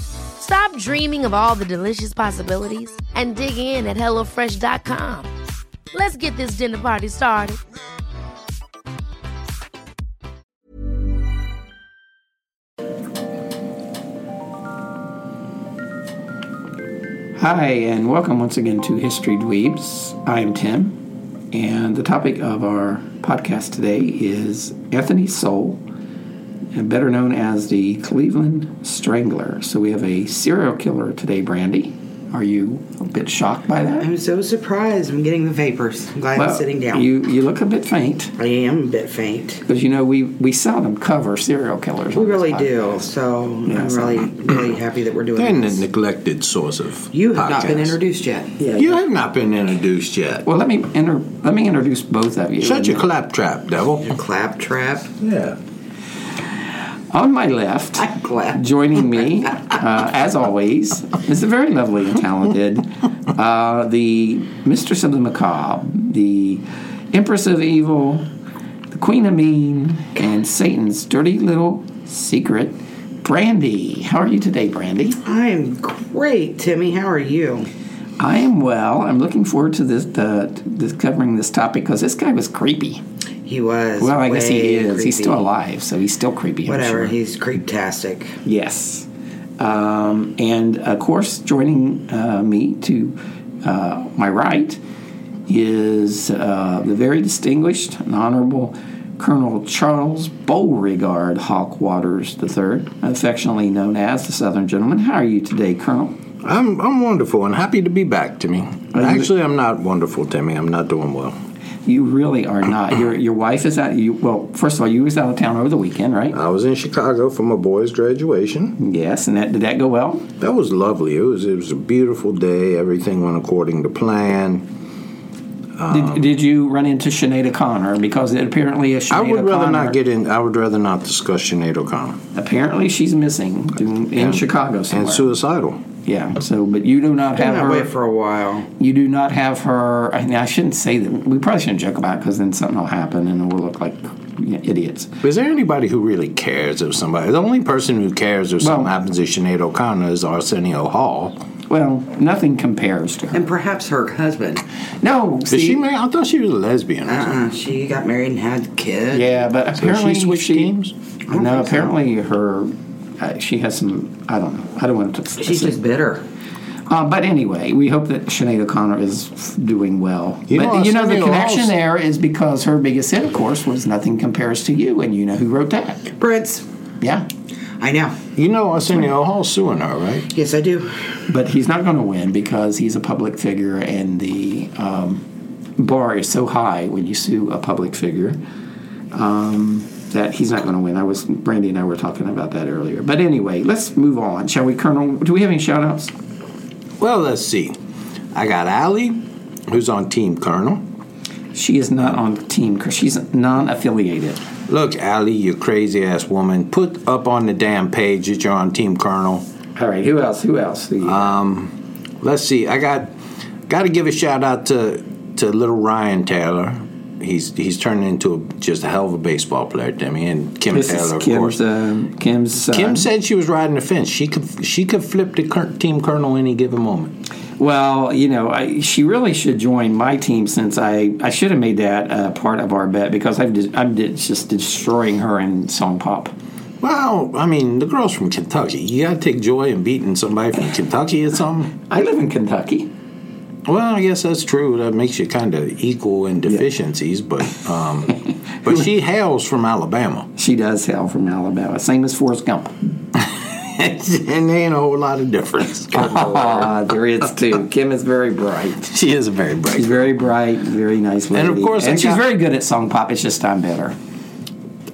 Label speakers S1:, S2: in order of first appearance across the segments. S1: Stop dreaming of all the delicious possibilities and dig in at HelloFresh.com. Let's get this dinner party started.
S2: Hi, and welcome once again to History Dweebs. I'm Tim, and the topic of our podcast today is Anthony Soul, and better known as the Cleveland Strangler. So we have a serial killer today, Brandy. Are you a bit shocked by that?
S3: I'm so surprised. I'm getting the vapors. I'm glad I'm sitting down.
S2: You you look a bit faint
S3: I am a bit faint.
S2: because you know we we seldom cover serial killers.
S3: We
S2: on this
S3: really do.
S2: podcast.
S3: So
S2: Yeah,
S3: I'm
S2: so-
S3: really, really happy that we're doing
S4: And a
S3: this.
S4: neglected source of
S3: you have not been
S4: podcasts.
S3: introduced yet.
S2: Yeah.
S4: You have not been introduced yet.
S2: Well, let me inter- let me introduce both of you.
S4: Shut your claptrap, devil.
S3: Claptrap.
S4: Yeah.
S2: On my left,
S3: I'm glad.
S2: joining me, uh, as always, is the very lovely and talented, uh, the mistress of the macabre, the empress of evil, the queen of mean, and Satan's dirty little secret, Brandy. How are you today, Brandy?
S3: I am great, Timmy. How are you?
S2: I am well. I'm looking forward to this, uh, to this covering this topic because this guy was creepy.
S3: He was.
S2: Well, I guess
S3: way
S2: he is. He's
S3: creepy.
S2: still alive, so he's still creepy. I'm
S3: Whatever.
S2: sure.
S3: He's creeptastic.
S2: Yes. Um, and of course, joining uh, me to uh, my right is uh, the very distinguished and honorable Colonel Charles Beauregard Hawk Waters III, affectionately known as the Southern Gentleman. How are you today, Colonel?
S4: I'm, I'm wonderful and happy to be back, Timmy. Actually, I'm not wonderful, Timmy. I'm not doing well.
S2: You really are not. Your your wife is out. You well, first of all, you was out of town over the weekend, right?
S4: I was in Chicago for my boy's graduation.
S2: Yes, and that did that go well?
S4: That was lovely. It was it was a beautiful day. Everything went according to plan. Um,
S2: did, did you run into Sinead O'Connor? Because it apparently is Sinead
S4: I would rather
S2: O'Connor-
S4: not get in. I would rather not discuss Sinead O'Connor.
S2: Apparently, she's missing in, in
S4: And-
S2: Chicago somewhere.
S4: And suicidal.
S2: yeah. So, but you do not
S3: Been
S2: have
S3: that
S2: her.
S3: way for a while.
S2: you do not have her. I, mean, I shouldn't say that. We probably shouldn't joke about it because then something will happen and we'll look like you know, idiots.
S4: Is there anybody who really cares if somebody? The only person who cares if something
S2: Well-
S4: happens to Sinead O'Connor is Arsenio Hall.
S2: Well, nothing compares to her.
S3: And perhaps her husband.
S2: No,
S4: Is
S2: see-
S4: she married? I thought she was a lesbian. or something.
S3: Uh, she got married and had a kid.
S2: Yeah, but
S4: So
S2: apparently
S4: Ah. she switched teams.
S2: No, apparently her. Uh, she has some. I don't know. I don't want to.
S3: She's just bitter.
S2: Uh, but anyway, we hope that Sinead O'Connor is f- doing well.
S4: You
S2: but
S4: know,
S2: you know, the
S4: Arsenio
S2: connection
S4: Hall's-
S2: there is because her biggest hit, of course, was Nothing Compares to You, and you know who wrote that.
S3: Prince.
S2: Yeah.
S3: I know.
S4: You know Arsenio Hall's suing her, right?
S3: Yes, I do.
S2: But he's not going to win because he's a public figure, and the um, bar is so high when you sue a public figure um, that he's not going to win. I was Brandy and I were talking about that earlier. But anyway, let's move on, shall we, Colonel? Do we have any shout outs?
S4: Well, let's see. I got Allie, who's on Team Colonel.
S2: She is not on the team because she's non affiliated.
S4: Look, Allie, you crazy ass woman, put up on the damn page that you're on Team Colonel.
S2: All right, who else? Who else? The,
S4: Let's see. I got got to give a shout out to to little Ryan Taylor. He's he's turned into a, just a hell of a baseball player, Timmy, and Kim
S2: this is
S4: Taylor, of
S2: Kim's,
S4: course.
S2: uh, Kim's son.
S4: Kim said she was riding the fence. She could she could flip the cur- team colonel any given moment.
S2: Well, you know, I, she really should join my team since I, I should have made that uh, part of our bet because I've de- I'm de- just destroying her in song pop.
S4: Well, I mean, the girl's from Kentucky. You got to take joy in beating somebody from Kentucky or something.
S2: I live in Kentucky.
S4: Well, I guess that's true. That makes you kind of equal in deficiencies, but um, But she hails from Alabama,
S2: She does hail from Alabama, same as Forrest Gump.
S4: and there ain't a whole lot of difference.
S2: Ah, there is too. Kim is very bright.
S4: she is a very bright.
S2: She's very bright, very nice lady,
S4: And of course,
S2: and
S4: I
S2: she's
S4: got-
S2: very good at song pop. It's just I'm better.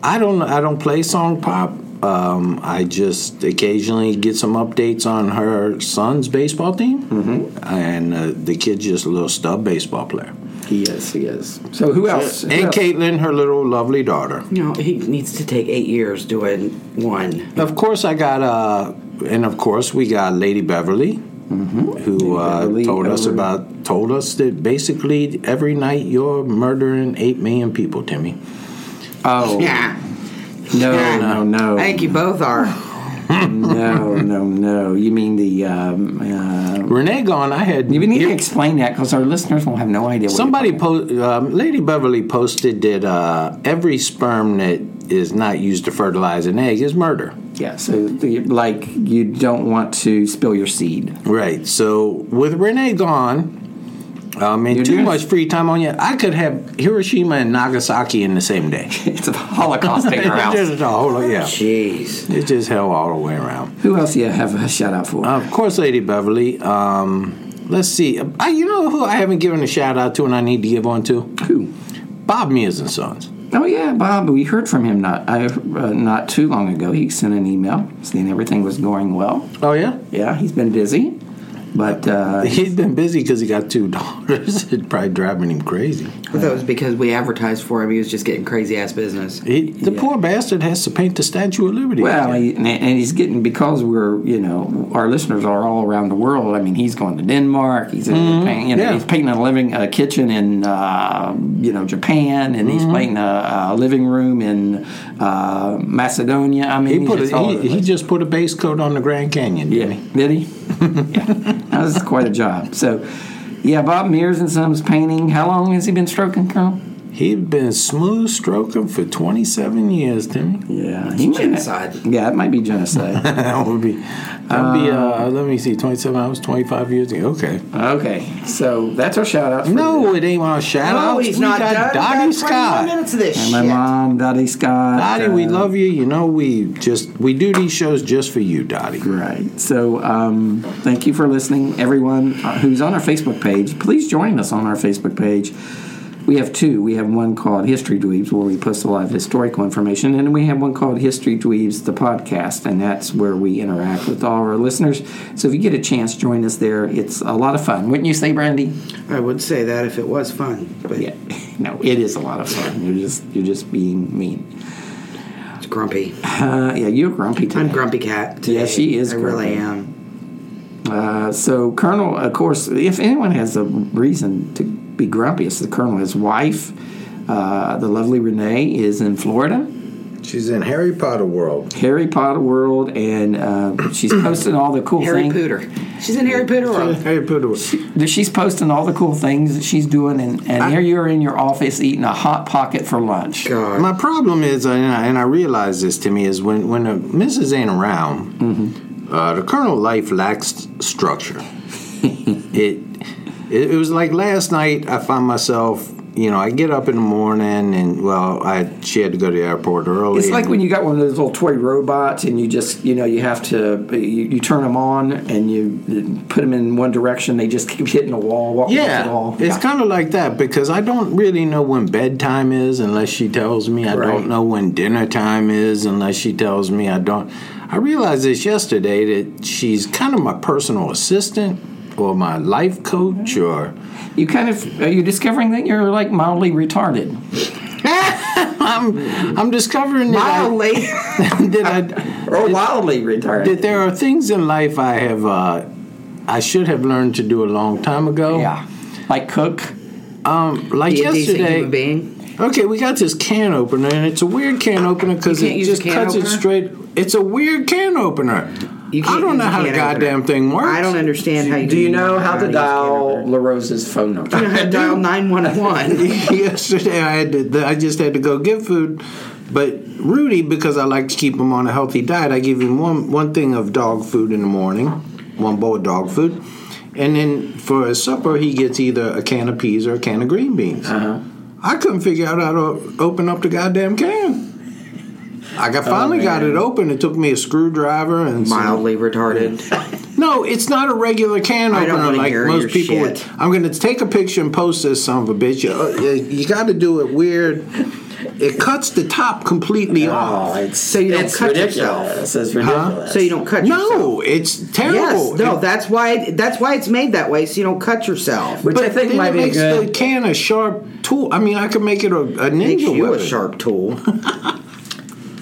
S4: I don't I don't play song pop. Um, I just occasionally get some updates on her son's baseball team, mm-hmm. and uh, the kid's just a little stub baseball player.
S2: He is. He is. So who else? Who
S4: And
S2: else?
S4: Caitlin, her little lovely daughter.
S3: You know, he needs to take eight years doing one.
S4: Of course, I got uh, and of course we got Lady Beverly, who uh,
S2: Beverly
S4: told us
S2: over-
S4: about told us that basically every night you're murdering eight million people, Timmy.
S2: Oh
S3: Yeah.
S2: no,
S3: Yeah.
S2: no, no,
S3: I think you both are.
S2: no, no, no. You mean the? Um, uh,
S4: Renee gone. I had
S2: you need to explain that because our listeners will have no idea. What
S4: Somebody,
S2: you're talking
S4: po- um, Lady Beverly posted that uh, every sperm that is not used to fertilize an egg is murder.
S2: about. yeah. So the, like, you don't want to spill your seed.
S4: Right. So with Renee gone, um, and
S2: You're
S4: too
S2: doing-
S4: much free time on you, I could have Hiroshima and Nagasaki in the same day.
S2: It's a Holocaust in your
S4: It's
S2: house.
S4: just a whole- yeah.
S3: Jeez.
S4: It's just hell all the way around.
S2: Who else do you have a shout out for?
S4: Uh, of course, Lady Beverly. Um, let's see. I, you know who I haven't given a shout out to, and I need to give one to
S2: Who?
S4: Bob Mears and Sons.
S2: Oh yeah, Bob. We heard from him not I, uh, not too long ago. He sent an email saying everything was going well.
S4: Oh yeah.
S2: Yeah, he's been busy, but uh,
S4: He's been busy because he got two daughters. It's probably driving him crazy.
S3: I thought it was because we advertised for him. He was just getting crazy ass business.
S4: He, the poor bastard has to paint the Statue of Liberty.
S2: Well, he, and, and he's getting because we're you know our listeners are all around the world. I mean, he's going to Denmark. He's in paint, you know,
S4: Mm-hmm. yeah.
S2: he's painting a living a kitchen in uh, you know Japan, and
S4: Mm-hmm.
S2: he's painting a, a living room in uh, Macedonia. I mean,
S4: he
S2: he's
S4: put
S2: just
S4: a,
S2: all
S4: he,
S2: over the
S4: he
S2: place.
S4: just put a base coat on the Grand Canyon.
S2: yeah,
S4: Didn't
S2: did he? yeah, that was quite a job. So, yeah, Bob Mears and Sons painting. How long has he been stroking, Colonel?
S4: he? He'd been smooth stroking for 27 years, Timmy.
S2: Yeah, he might-
S3: genocide.
S2: Yeah, it might be genocide.
S4: that would be. That'd be. Uh, let me see. 27. I was 25 years ago. Okay.
S2: okay, so that's our shout out. For the-
S4: No, it ain't our shout
S3: No,
S2: Oh,
S4: out.
S3: Oh, he's
S4: we
S3: not
S4: got
S3: done.
S4: Dottie
S3: We've got 21
S4: Scott.
S3: minutes of this
S2: And my
S3: shit.
S2: mom, Dottie Scott. uh,
S4: Dottie, we love you. You know, we just we do these shows just for you, Dottie.
S2: Right. So, um, thank you for listening, everyone uh, who's on our Facebook page. Please join us on our Facebook page. We have two. We have one called History Dweebs, where we post a lot of historical information, and we have one called History Dweebs, the podcast, and that's where we interact with all our listeners. So, if you get a chance, join us there. It's a lot of fun, wouldn't you say, Brandy?
S3: I would say that if it was fun, but
S2: Yeah. No, it is a lot of fun. You're just you're just being mean.
S3: it's grumpy.
S2: Uh, yeah, you're grumpy. Today.
S3: I'm grumpy cat.
S2: Yeah, she is
S3: I
S2: grumpy.
S3: really am.
S2: Uh, so Colonel, of course, if anyone has a reason to be grumpy, it's the Colonel. His wife, uh, the lovely Renee, is in Florida,
S4: She's in Harry Potter world.
S2: Harry Potter world, and uh, she's posting all the cool
S3: Harry
S2: things.
S3: Pooter. She's in Harry Pooter world.
S4: Harry Potter. World.
S2: She's posting all the cool things that she's doing, and, and here you are in your office eating a hot pocket for lunch.
S3: God.
S4: My problem is, and I, and I realize this to me, is when when uh Mrs. ain't around, uh, the Colonel life lacks structure. it, it it was like last night. I found myself, you know, I get up in the morning, and well, I she had to go to the airport early.
S2: It's like
S4: and-
S2: when you got one of those little toy robots, and you just you know you have to you, you turn them on and you put them in one direction. They just keep hitting the wall, walking off
S4: yeah,
S2: the wall.
S4: it's kind of like that because I don't really know when bedtime is unless she tells me. I
S2: Right.
S4: don't know when dinner time is unless she tells me. I don't. I realized this yesterday that she's kind of my personal assistant or my life coach or
S2: You kind of are you discovering that you're like mildly retarded.
S4: I'm discovering that, I,
S3: Mildly
S4: that, I,
S2: Or wildly retarded.
S4: that there are things in life I have uh, I should have learned to do a long time ago. Um,
S2: yeah. Like cook.
S4: like
S3: be a decent
S4: yesterday.
S3: human being.
S4: Okay, we got this can opener, and it's a weird can opener because
S3: You can't
S4: it
S3: use
S4: just
S3: a can
S4: cuts it
S3: opener?
S4: straight. It's a weird can opener.
S3: You can't
S4: I don't
S3: use
S4: know
S3: a
S4: how the
S3: can
S4: goddamn
S3: opener.
S4: thing works.
S3: I don't understand how you.
S2: Do you know how
S3: to
S2: to dial La Rosa's phone number?
S3: dial nine one one?
S4: Yesterday, I had to. th- I just had to go get food, but Rudy, because I like to keep him on a healthy diet, I give him one one thing of dog food in the morning, one bowl of dog food, and then for his supper, he gets either a can of peas or a can of green beans. I couldn't figure out how to open up the goddamn can. I got, finally got it open. It took me a screwdriver and some-
S3: Mildly retarded.
S4: No, it's not a regular can
S3: I don't
S4: opener
S3: wanna
S4: like
S3: hear your
S4: most people would.
S3: shit.
S4: I'm going to take a picture and post this son of a bitch. You, uh, you- you got to do it weird. It cuts the top completely off.
S2: it's
S3: So you don't
S2: it's
S3: cut
S2: ridiculous.
S3: yourself.
S2: It's ridiculous.
S3: So you don't cut yourself.
S4: No, it's terrible.
S3: Yes, no,
S4: It-
S3: that's why that's why it's made that way, so you don't cut yourself.
S2: Which I
S4: but
S2: think
S4: then
S2: might
S4: it
S2: be
S4: makes
S2: good.
S4: the can a sharp tool. I mean, I could make it a, a
S3: Makes
S4: ninja
S3: you a
S4: weapon.
S3: sharp tool.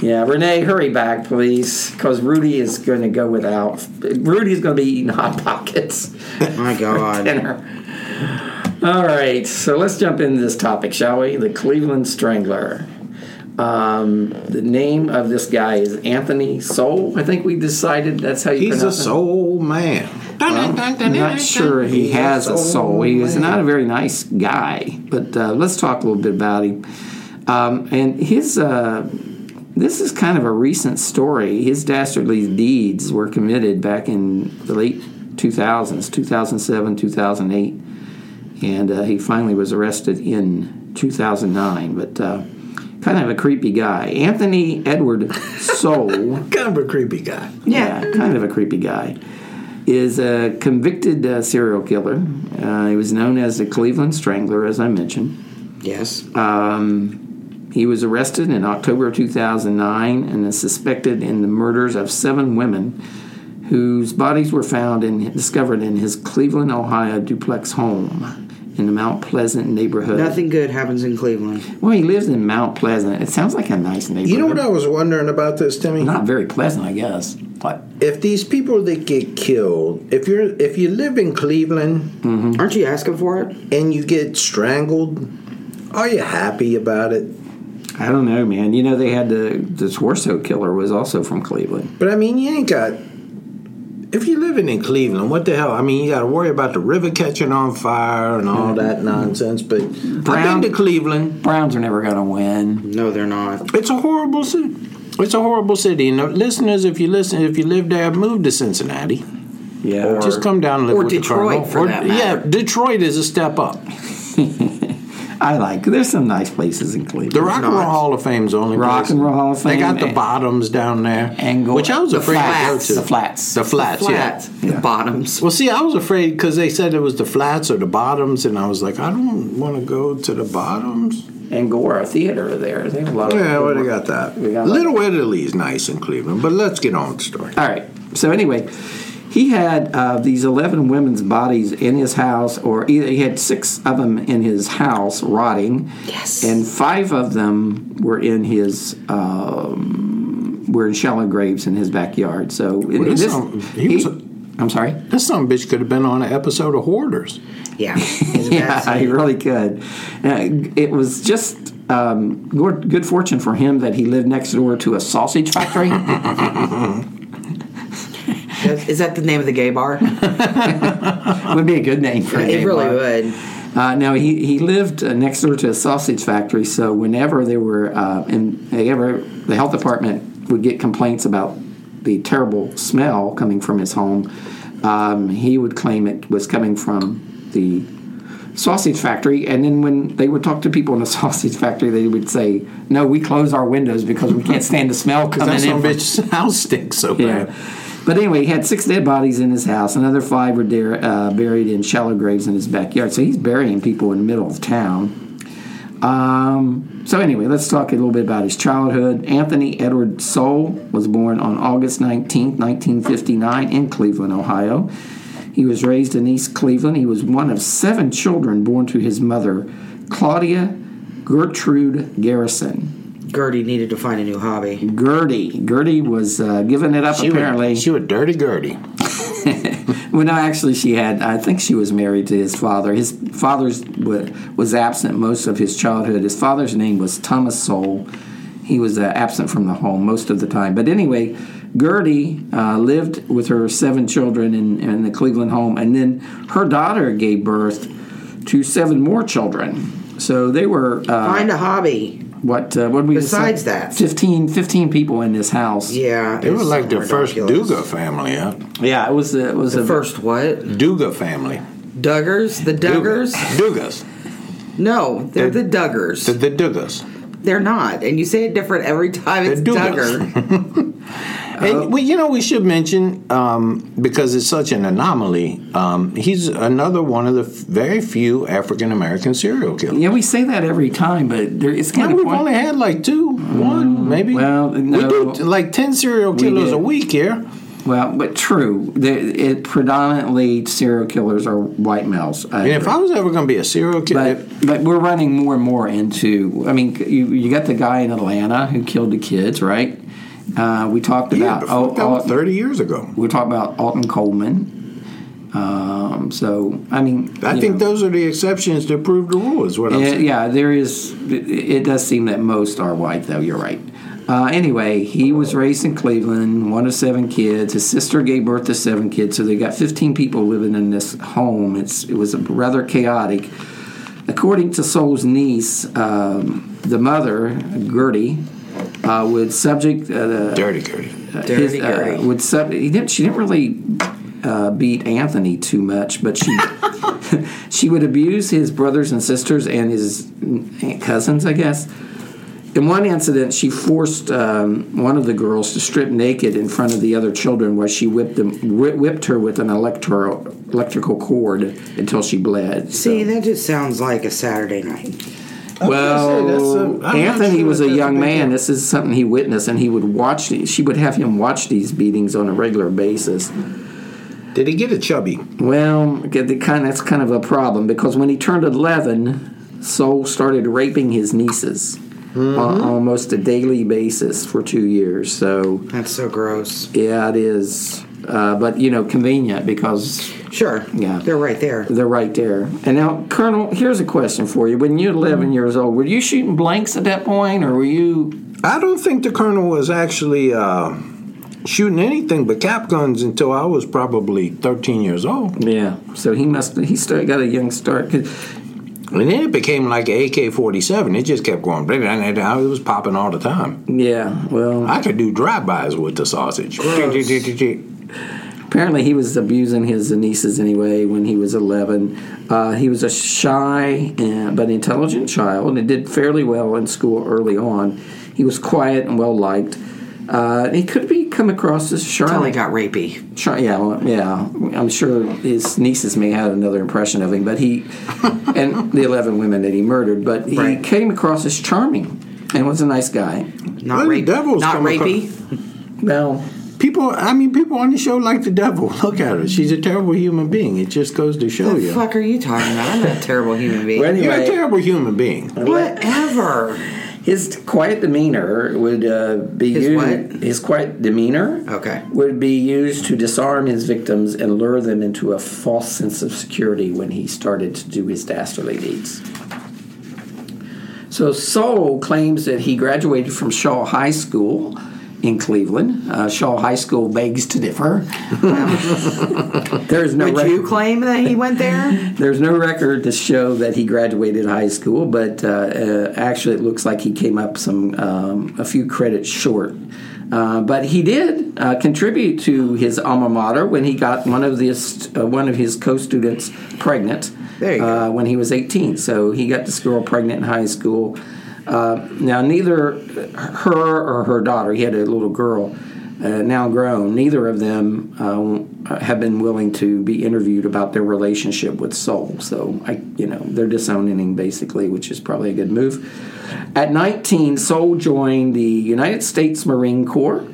S2: Yeah, Renee, hurry back, please, because Rudy is going to go without. Rudy's going to be eating hot pockets
S3: My God.
S2: dinner. All right, so let's jump into this topic, shall we? The Cleveland Strangler. Um, the name of this guy is Anthony Soul. I think we decided that's how you
S4: He's a
S2: pronounce it.
S4: soul man.
S2: I'm not sure he has a soul. He is not a very nice guy, but uh, let's talk a little bit about him. Um, and his uh, this is kind of a recent story. His dastardly deeds were committed back in the late 2000s, 2007, 2008, and uh, he finally was arrested in 2009. But uh, kind of a creepy guy, Anthony Edward Soul.
S4: Kind of a creepy guy.
S2: Yeah, kind of a creepy guy. Is a convicted uh, serial killer. Uh, he was known as the Cleveland Strangler, as I mentioned.
S3: Yes.
S2: He was arrested in October of 2009 and is suspected in the murders of seven women whose bodies were found and discovered in his Cleveland, Ohio duplex home in the Mount Pleasant neighborhood.
S3: Nothing good happens in Cleveland.
S2: Well, he lives in Mount Pleasant. It sounds like a nice neighborhood.
S4: You know what I was wondering about this, Timmy?
S2: Not very pleasant, I guess. But
S4: If these people that get killed, if you're if you live in Cleveland,
S3: Aren't you asking for it?
S4: and you get strangled, are you happy about it?
S2: I don't know, man. You know, they had the the Torso killer was also from Cleveland.
S4: But I mean, you ain't got. If you're living in Cleveland, what the hell? I mean, you got to worry about the river catching on fire and all
S3: Mm-hmm.
S4: that nonsense. But
S2: Brown-
S4: I've been to Cleveland.
S2: Browns are never going to win.
S3: No, they're not.
S4: It's a horrible city. It's a horrible city. And the listeners, if you listen, if you live there, move to Cincinnati.
S2: Yeah.
S4: Just come down and live
S3: or
S4: with
S3: Detroit,
S4: the Colonel.
S3: for that
S4: yeah,
S3: matter.
S4: Detroit is a step up.
S2: I like. There's some nice places in Cleveland.
S4: The Rock and Roll
S3: not.
S4: Hall of Fame's the only
S2: Rock
S4: place.
S2: and Roll Hall of
S4: They got
S2: Fame
S4: the
S2: and-
S4: bottoms down there,
S2: and go-
S4: which I was
S2: The
S4: afraid
S3: flats.
S4: to go to.
S2: The flats.
S4: the flats, yeah.
S3: Flat. The
S2: Yeah.
S3: bottoms.
S4: Well, see, I was afraid because they said it was the flats or the bottoms, and I was like, I don't want to go to the bottoms.
S2: Angora Theater there. They have a lot of.
S4: Yeah, well, they got that.
S2: We got that.
S4: Little Italy is nice in Cleveland, but let's get on with the story.
S2: All right. So anyway, he had uh, these eleven women's bodies in his house, or either he had six of them in his house rotting.
S3: Yes.
S2: And five of them were in his. Um, were in shallow graves in his backyard. So in-
S4: that's
S2: this,
S4: not- he was a-
S2: I'm sorry.
S4: This son of a bitch could have been on an episode of Hoarders.
S3: Yeah. It's a
S2: Yeah,
S3: bad
S2: I
S3: scene.
S2: really could. Uh, it was just um, good, good fortune for him that he lived next door to a sausage factory.
S3: That's- Is that the name of the gay bar?
S2: would be a good name for
S3: it
S2: him.
S3: really would.
S2: Uh, now he, he lived uh, next door to a sausage factory, so whenever they were uh, and they ever the health department would get complaints about the terrible smell coming from his home, um, he would claim it was coming from the sausage factory. And then when they would talk to people in the sausage factory, they would say, "No, we close our windows because we can't stand the smell coming
S4: That
S2: in."
S4: son
S2: from
S4: of a bitch's house stinks so
S2: yeah.
S4: bad.
S2: But anyway, he had six dead bodies in his house. Another five were there, uh, buried in shallow graves in his backyard. So he's burying people in the middle of town. Um, so anyway, let's talk a little bit about his childhood. Anthony Edward Soul was born on August 19, 1959 in Cleveland, Ohio. He was raised in East Cleveland. He was one of seven children born to his mother, Claudia Gertrude Garrison.
S3: Gertie needed to find a new hobby.
S2: Gertie. Gertie was uh, giving it up apparently.
S4: She was dirty Gertie.
S2: Well, no, actually, she had. I think she was married to his father. His father's wa- was absent most of his childhood. His father's name was Thomas Soul. He was uh, absent from the home most of the time. But anyway, Gertie uh, lived with her seven children in, in the Cleveland home, and then her daughter gave birth to seven more children. So they were uh,
S3: Find a hobby.
S2: what? Uh, what did we
S3: Besides
S2: decide?
S3: that.
S2: 15, 15 people in this house.
S3: Yeah.
S4: They were like the first
S3: ridiculous.
S4: Duga family, huh?
S2: yeah. It was. A, it was
S3: The
S2: a
S3: first what?
S4: Duga family.
S3: Duggers? The Duggers?
S4: Dugas.
S3: No, they're
S4: They're-
S3: the Duggars.
S4: The, the Duggars.
S3: They're not, and you say it different every time. It's
S4: They're
S3: Duggar.
S4: And we, you know, we should mention um, because it's such an anomaly. Um, he's another one of the f- very few African American serial killers.
S2: Yeah, we say that every time, but there, it's
S4: And
S2: kind
S4: we've
S2: of point. Mm,
S4: only had like two, one maybe.
S2: well,
S4: we do
S2: no.
S4: t- like ten serial killers
S2: did.
S4: a week here.
S2: well, but true. The, it predominantly serial killers are white males. I
S4: And if
S2: agree.
S4: I was ever going to be a serial killer,
S2: but but we're running more and more into. I mean, you, you got the guy in Atlanta who killed the kids, right? Uh, we talked
S4: yeah,
S2: about
S4: before- that was
S2: Al-
S4: thirty years ago.
S2: we talked about Alton Coleman. Um, so I mean,
S4: I
S2: you
S4: think
S2: know,
S4: those are the exceptions to prove the rule. Is what I'm
S2: yeah,
S4: saying.
S2: yeah, there is. It, it does seem that most are white, though. You're right. Uh, anyway, he was raised in Cleveland, one of seven kids. His sister gave birth to seven kids, so they got 15 people living in this home. It's it was rather chaotic. According to Soul's niece, um, the mother Gertie uh, would subject uh, the
S4: Dirty, dirty.
S3: Dirty
S2: his, uh,
S3: Gary.
S2: would sub, he didn't, she didn't really uh, beat Anthony too much, but she she would abuse his brothers and sisters and his aunt cousins, I guess. In one incident, she forced um, one of the girls to strip naked in front of the other children, while she whipped them, whi- whipped her with an electro, electrical cord until she bled. So-
S3: See, that just sounds like a Saturday night.
S4: gonna say, Oh, that's a-
S2: well,
S4: I'm not
S2: Anthony
S4: sure
S2: was a
S4: that's a
S2: young
S4: big
S2: man.
S4: deal.
S2: This is something he witnessed, and he would watch. these- She would have him watch these beatings on a regular basis.
S4: Did he get a chubby?
S2: Well, get the kind that's kind of a problem because when he turned 11, Soul started raping his nieces on almost a daily basis for two years. So
S3: That's so gross.
S2: yeah, it is, uh, but you know, convenient because
S3: Sure.
S2: Yeah.
S3: They're right there.
S2: they're right there. And now, Colonel, here's a question for you: When you're 11 years old, were you shooting blanks at that point, or were you?
S4: I don't think the colonel was actually uh, shooting anything but cap guns until I was probably 13 years old,
S2: Yeah. So he must he start, got a young start. 'Cause-
S4: and then it became like an AK-47. It just kept going. It was popping all the time.
S2: Yeah. Well,
S4: I could do drive-bys with the sausage.
S2: apparently he was abusing his nieces anyway when he was 11 uh, he was a shy and, but intelligent child and did fairly well in school early on he was quiet and well liked uh, he could be come across as shy,
S3: Until he got rapey.
S2: shy yeah well, yeah i'm sure his nieces may have had another impression of him but he and the 11 women that he murdered but he
S3: Right.
S2: came across as charming and was a nice guy
S3: Not
S4: Well, the
S3: rapey.
S4: devil's
S3: Not
S4: come
S3: rapey.
S2: well
S4: People, I mean, people on the show like the devil. Look at her. She's a terrible human being. It just goes to show
S3: What the
S4: you.
S3: fuck are you talking about? I'm not a terrible human being.
S2: Well,
S4: You're a
S2: Anyway.
S4: terrible human being.
S3: Whatever.
S2: His quiet demeanor would uh, be
S3: His
S2: u-
S3: what?
S2: his quiet demeanor
S3: Okay.
S2: would be used to disarm his victims and lure them into a false sense of security when he started to do his dastardly deeds. So Soul claims that he graduated from Shaw High School in Cleveland. Uh, Shaw High School begs to differ. There's no
S3: Would
S2: rec-
S3: you claim that he went there?
S2: there's no record to show that he graduated high school, but uh, uh, actually, it looks like he came up some um, a few credits short. Uh, but he did uh, contribute to his alma mater when he got one of this uh, one of his co-students pregnant
S3: There you go.
S2: uh, when he was 18. So he got this girl pregnant in high school. Uh, now, neither her or her daughter, he had a little girl, uh, now grown, neither of them uh, have been willing to be interviewed about their relationship with Soul. So, I, you know, they're disowning him basically, which is probably a good move. At 19, Soul joined the United States Marine Corps.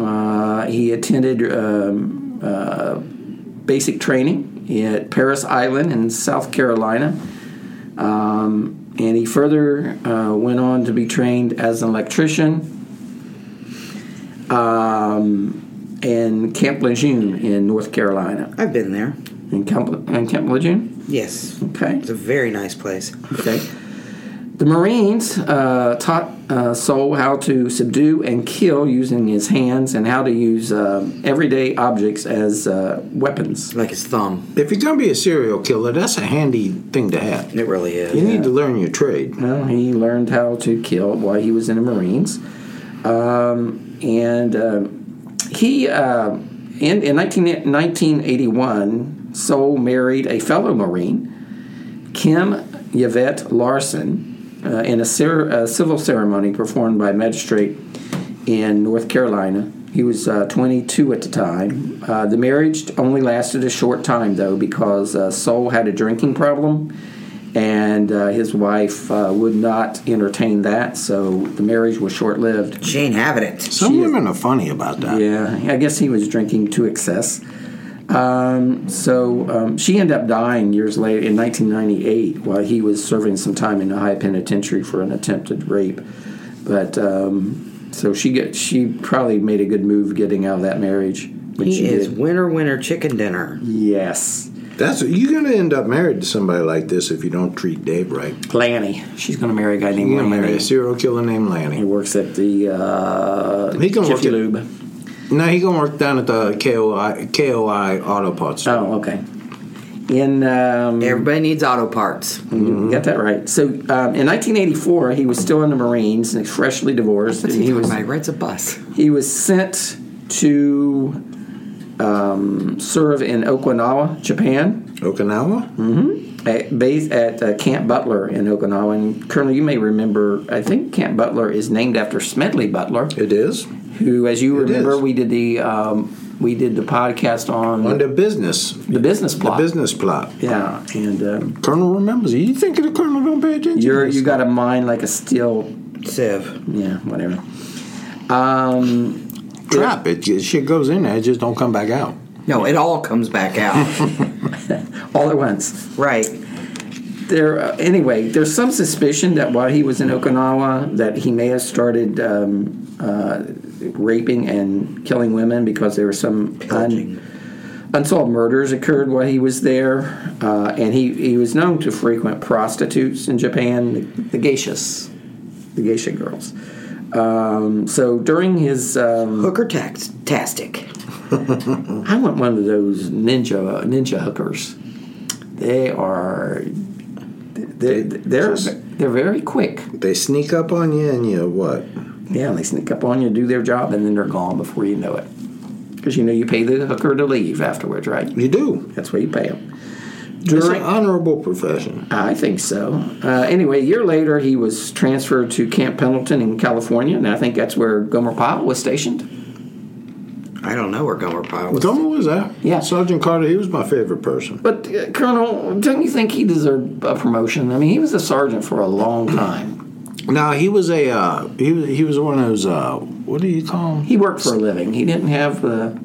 S2: Uh, he attended um, uh, basic training at Paris Island in South Carolina. Um, and he further uh, went on to be trained as an electrician um, in Camp Lejeune in North Carolina.
S3: I've been there.
S2: In Camp, in Camp Lejeune?
S3: Yes.
S2: Okay.
S3: It's a very nice place.
S2: Okay. The Marines uh, taught uh, Sol how to subdue and kill using his hands and how to use uh, everyday objects as uh, weapons.
S3: Like his thumb.
S4: If you're going to be a serial killer, that's a handy thing to have.
S3: It really is.
S4: You need to learn your trade.
S2: Well, he learned how to kill while he was in the Marines, um, and um he uh, in, in 19, 1981, Soul married a fellow Marine, Kim Yvette Larson uh, in a, cer- a civil ceremony performed by a magistrate in North Carolina. He was uh, 22 at the time. Uh, the marriage only lasted a short time, though, because uh, Sol had a drinking problem, and uh, his wife uh, would not entertain that, so the marriage was short lived.
S3: She ain't having it.
S4: Some women are funny about that.
S2: Yeah, I guess he was drinking to excess. Um, so um, she ended up dying years later in 1998 while he was serving some time in a high penitentiary for an attempted rape. But um, so she get, she probably made a good move getting out of that marriage. When she
S3: He is
S2: did. Mm-hmm.
S3: winner, winner, chicken dinner.
S2: yes,
S4: That's you're gonna end up married to somebody like this if you don't treat Dave right.
S2: Lanny. She's going to marry a guy named
S4: You're gonna marry
S2: Lanny.
S4: a serial killer named
S2: He
S4: Lanny.
S2: works at the uh,
S4: He can work
S2: Jiffy
S4: at-
S2: Lube.
S4: No, he gonna work down at the KOI KOI Auto Parts. store.
S2: Oh, okay. In um,
S3: Everybody needs auto parts.
S2: You got that right. So um, in 1984, he was still in the Marines and freshly divorced.
S3: What's
S2: and
S3: he,
S2: he
S3: talking
S2: was
S3: about? He rides a bus.
S2: he was sent to um, serve in Okinawa, Japan,
S4: Okinawa.
S2: at base at uh, Camp Butler in Okinawa. And Colonel, you may remember. I think Camp Butler is named after Smedley Butler,
S4: It is
S2: who, as you
S4: It
S2: remember,
S4: is.
S2: we did the um, we did the podcast on
S4: under business.
S2: the business
S4: The
S2: plot.
S4: business plot.
S2: Yeah, and um,
S4: Colonel remembers. You think the Colonel don't pay attention?
S2: you're
S4: to
S2: you got a mind like a steel.
S3: Civ.
S2: Yeah, whatever. Um,
S4: trap. It, it shit goes in there. It just don't come back out.
S3: No, it all comes back out.
S2: all at once.
S3: right.
S2: There, uh, anyway, there's some suspicion that while he was in Okinawa, that he may have started um, uh, raping and killing women because there were some un- unsolved murders occurred while he was there, uh, and he, he was known to frequent prostitutes in Japan, the, the geishas, the geisha girls. Um, so during his, um,
S3: Hooker tax tastic.
S2: I want one of those ninja ninja hookers. They are they're they're, they're very quick.
S4: They sneak up on you and you what?
S2: Yeah, they sneak up on you, do their job, and then they're gone before you know it. Because you know you pay the hooker to leave afterwards, right?
S4: You do.
S2: That's where you pay them.
S4: It's
S2: During,
S4: an honorable profession.
S2: I think so. Uh, anyway, a year later, he was transferred to Camp Pendleton in California, and I think that's where Gomer Pyle was stationed.
S3: I don't know where Gomer Pyle was.
S4: Gomer was that?
S2: Yeah.
S4: Sergeant Carter. He was my favorite person.
S2: But uh, Colonel, don't you think he deserved a promotion? I mean, he was a sergeant for a long time.
S4: Now he was a uh, he was he was one of those uh, what do you call him?
S2: He worked for a living. He didn't have the.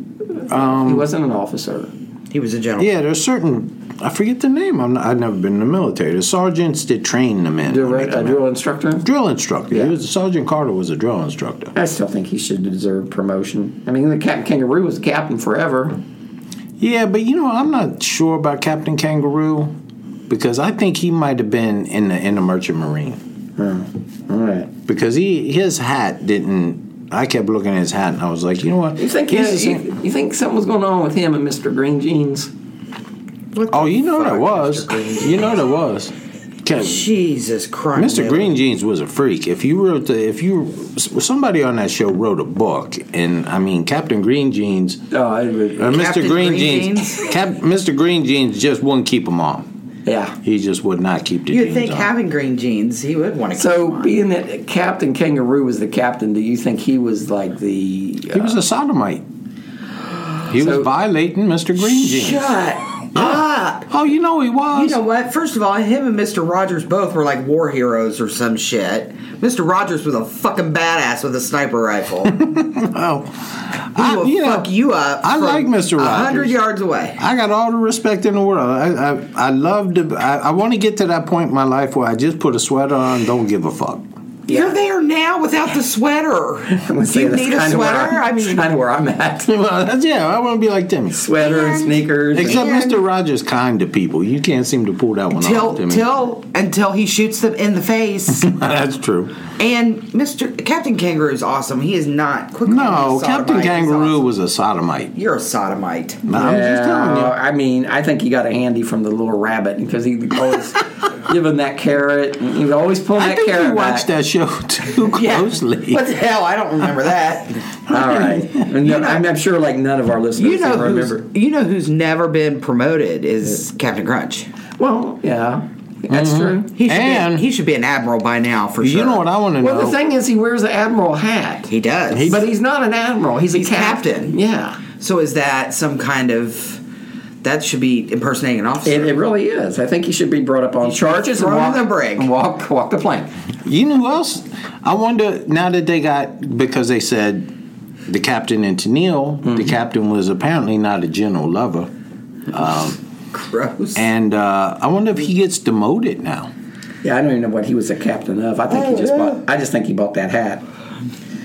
S2: he wasn't an officer.
S3: He was a general.
S4: Yeah, there's certain I forget the name. I'm not, I've never been in the military. The sergeants did train the men.
S2: Drill,
S4: when they
S2: right, a
S4: come
S2: drill
S4: out.
S2: instructor.
S4: drill instructor.
S2: Yeah.
S4: He was Sergeant Carter was a drill instructor.
S2: I still think he should deserve promotion. I mean, the Captain Kangaroo was the captain forever.
S4: Yeah, but you know I'm not sure about Captain Kangaroo because I think he might have been in the in the Merchant Marine
S2: All right.
S4: because he his hat didn't. I kept looking at his hat and I was like, you know what?
S2: You think
S4: He's the
S2: he,
S4: same-
S2: you, you think something was going on with him and Mr. Green Jeans?
S4: Oh, you know there was. You know there was. Can-
S3: Jesus Christ.
S4: Mr.
S3: Miller.
S4: Green Jeans was a freak. If you wrote the, if you, somebody on that show wrote a book, and I mean Captain Green Jeans,
S2: Oh, I would.
S4: or Mr.
S3: Captain
S4: Green,
S3: Green
S4: Jeans, Cap, Mr. Green Jeans just wouldn't keep them on.
S2: yeah.
S4: He just would not keep the
S3: You'd
S4: jeans
S3: think
S4: on.
S3: having green jeans, he would want to.
S2: So, being that Captain Kangaroo was the captain, do you think he was like the?
S4: he was a sodomite. He
S2: So-
S4: was violating Mr. Green Jeans.
S3: shut up.
S4: Oh, you know he
S3: You
S4: was.
S3: know what? First of all, him and Mr. Rogers both were like war heroes or some shit. Mr. Rogers was a fucking badass with a sniper rifle. He
S4: oh,
S3: will
S4: you know,
S3: fuck you up.
S4: I
S3: from
S4: like Mr.
S3: a hundred
S4: Rogers.
S3: yards away.
S4: I got all the respect in the world. I I, I love to. I, I want to get to that point in my life where I just put a sweater on, and don't give a fuck.
S3: You're there now without the sweater.
S2: uh,
S3: Do you need a sweater? I mean,
S2: kind of where I'm at.
S4: Well, that's, yeah, I want to be like Timmy.
S2: Sweater and sneakers. and-
S4: Except
S3: And-
S4: Mr. Rogers kind to people. You can't seem to pull that one
S3: till
S4: off Timmy.
S3: till until he shoots them in the face.
S4: That's true.
S3: and Mr. Captain Kangaroo is awesome. He is not. Quick
S4: No,
S3: he's a
S4: Captain
S3: sodomite. He's
S4: Kangaroo
S3: awesome.
S4: was a sodomite.
S3: You're a sodomite.
S4: No, I'm just telling
S2: Uh,
S4: you.
S2: I mean, I think he got a handy from the little rabbit because he always give him that carrot. And he was always pulling
S4: I
S2: that
S4: think
S2: carrot
S4: you watched
S2: back.
S4: that show too
S3: Yeah.
S4: closely.
S3: What the hell? I don't remember that.
S2: All right, And no, I'm, I'm sure like none of our listeners
S3: You know,
S2: even
S3: who's,
S2: remember.
S3: you know who's never been promoted is Captain Crunch.
S2: Well, yeah, Mm-hmm. That's true.
S3: He should,
S4: And-
S3: be, he should be an admiral by now for sure.
S4: You know what I want to
S2: Well,
S4: know?
S2: the thing is, he wears the admiral hat,
S3: He does.
S2: but he's not an admiral. He's a
S3: He's captain.
S2: Yeah,
S3: so is that some kind of that should be impersonating an officer?
S2: it, it really is. I think he should be brought up on
S3: should be
S2: charges and
S3: thrown in
S2: walk
S3: the brig.
S2: and walk walk the plank.
S4: you know who else? I wonder now that they got because they said the captain and Tennille, the captain was apparently not a general lover,
S3: Gross.
S4: and uh, I wonder if he gets demoted now.
S2: Yeah, I don't even know what he was a captain of. I think he just bought. I just think he bought that hat.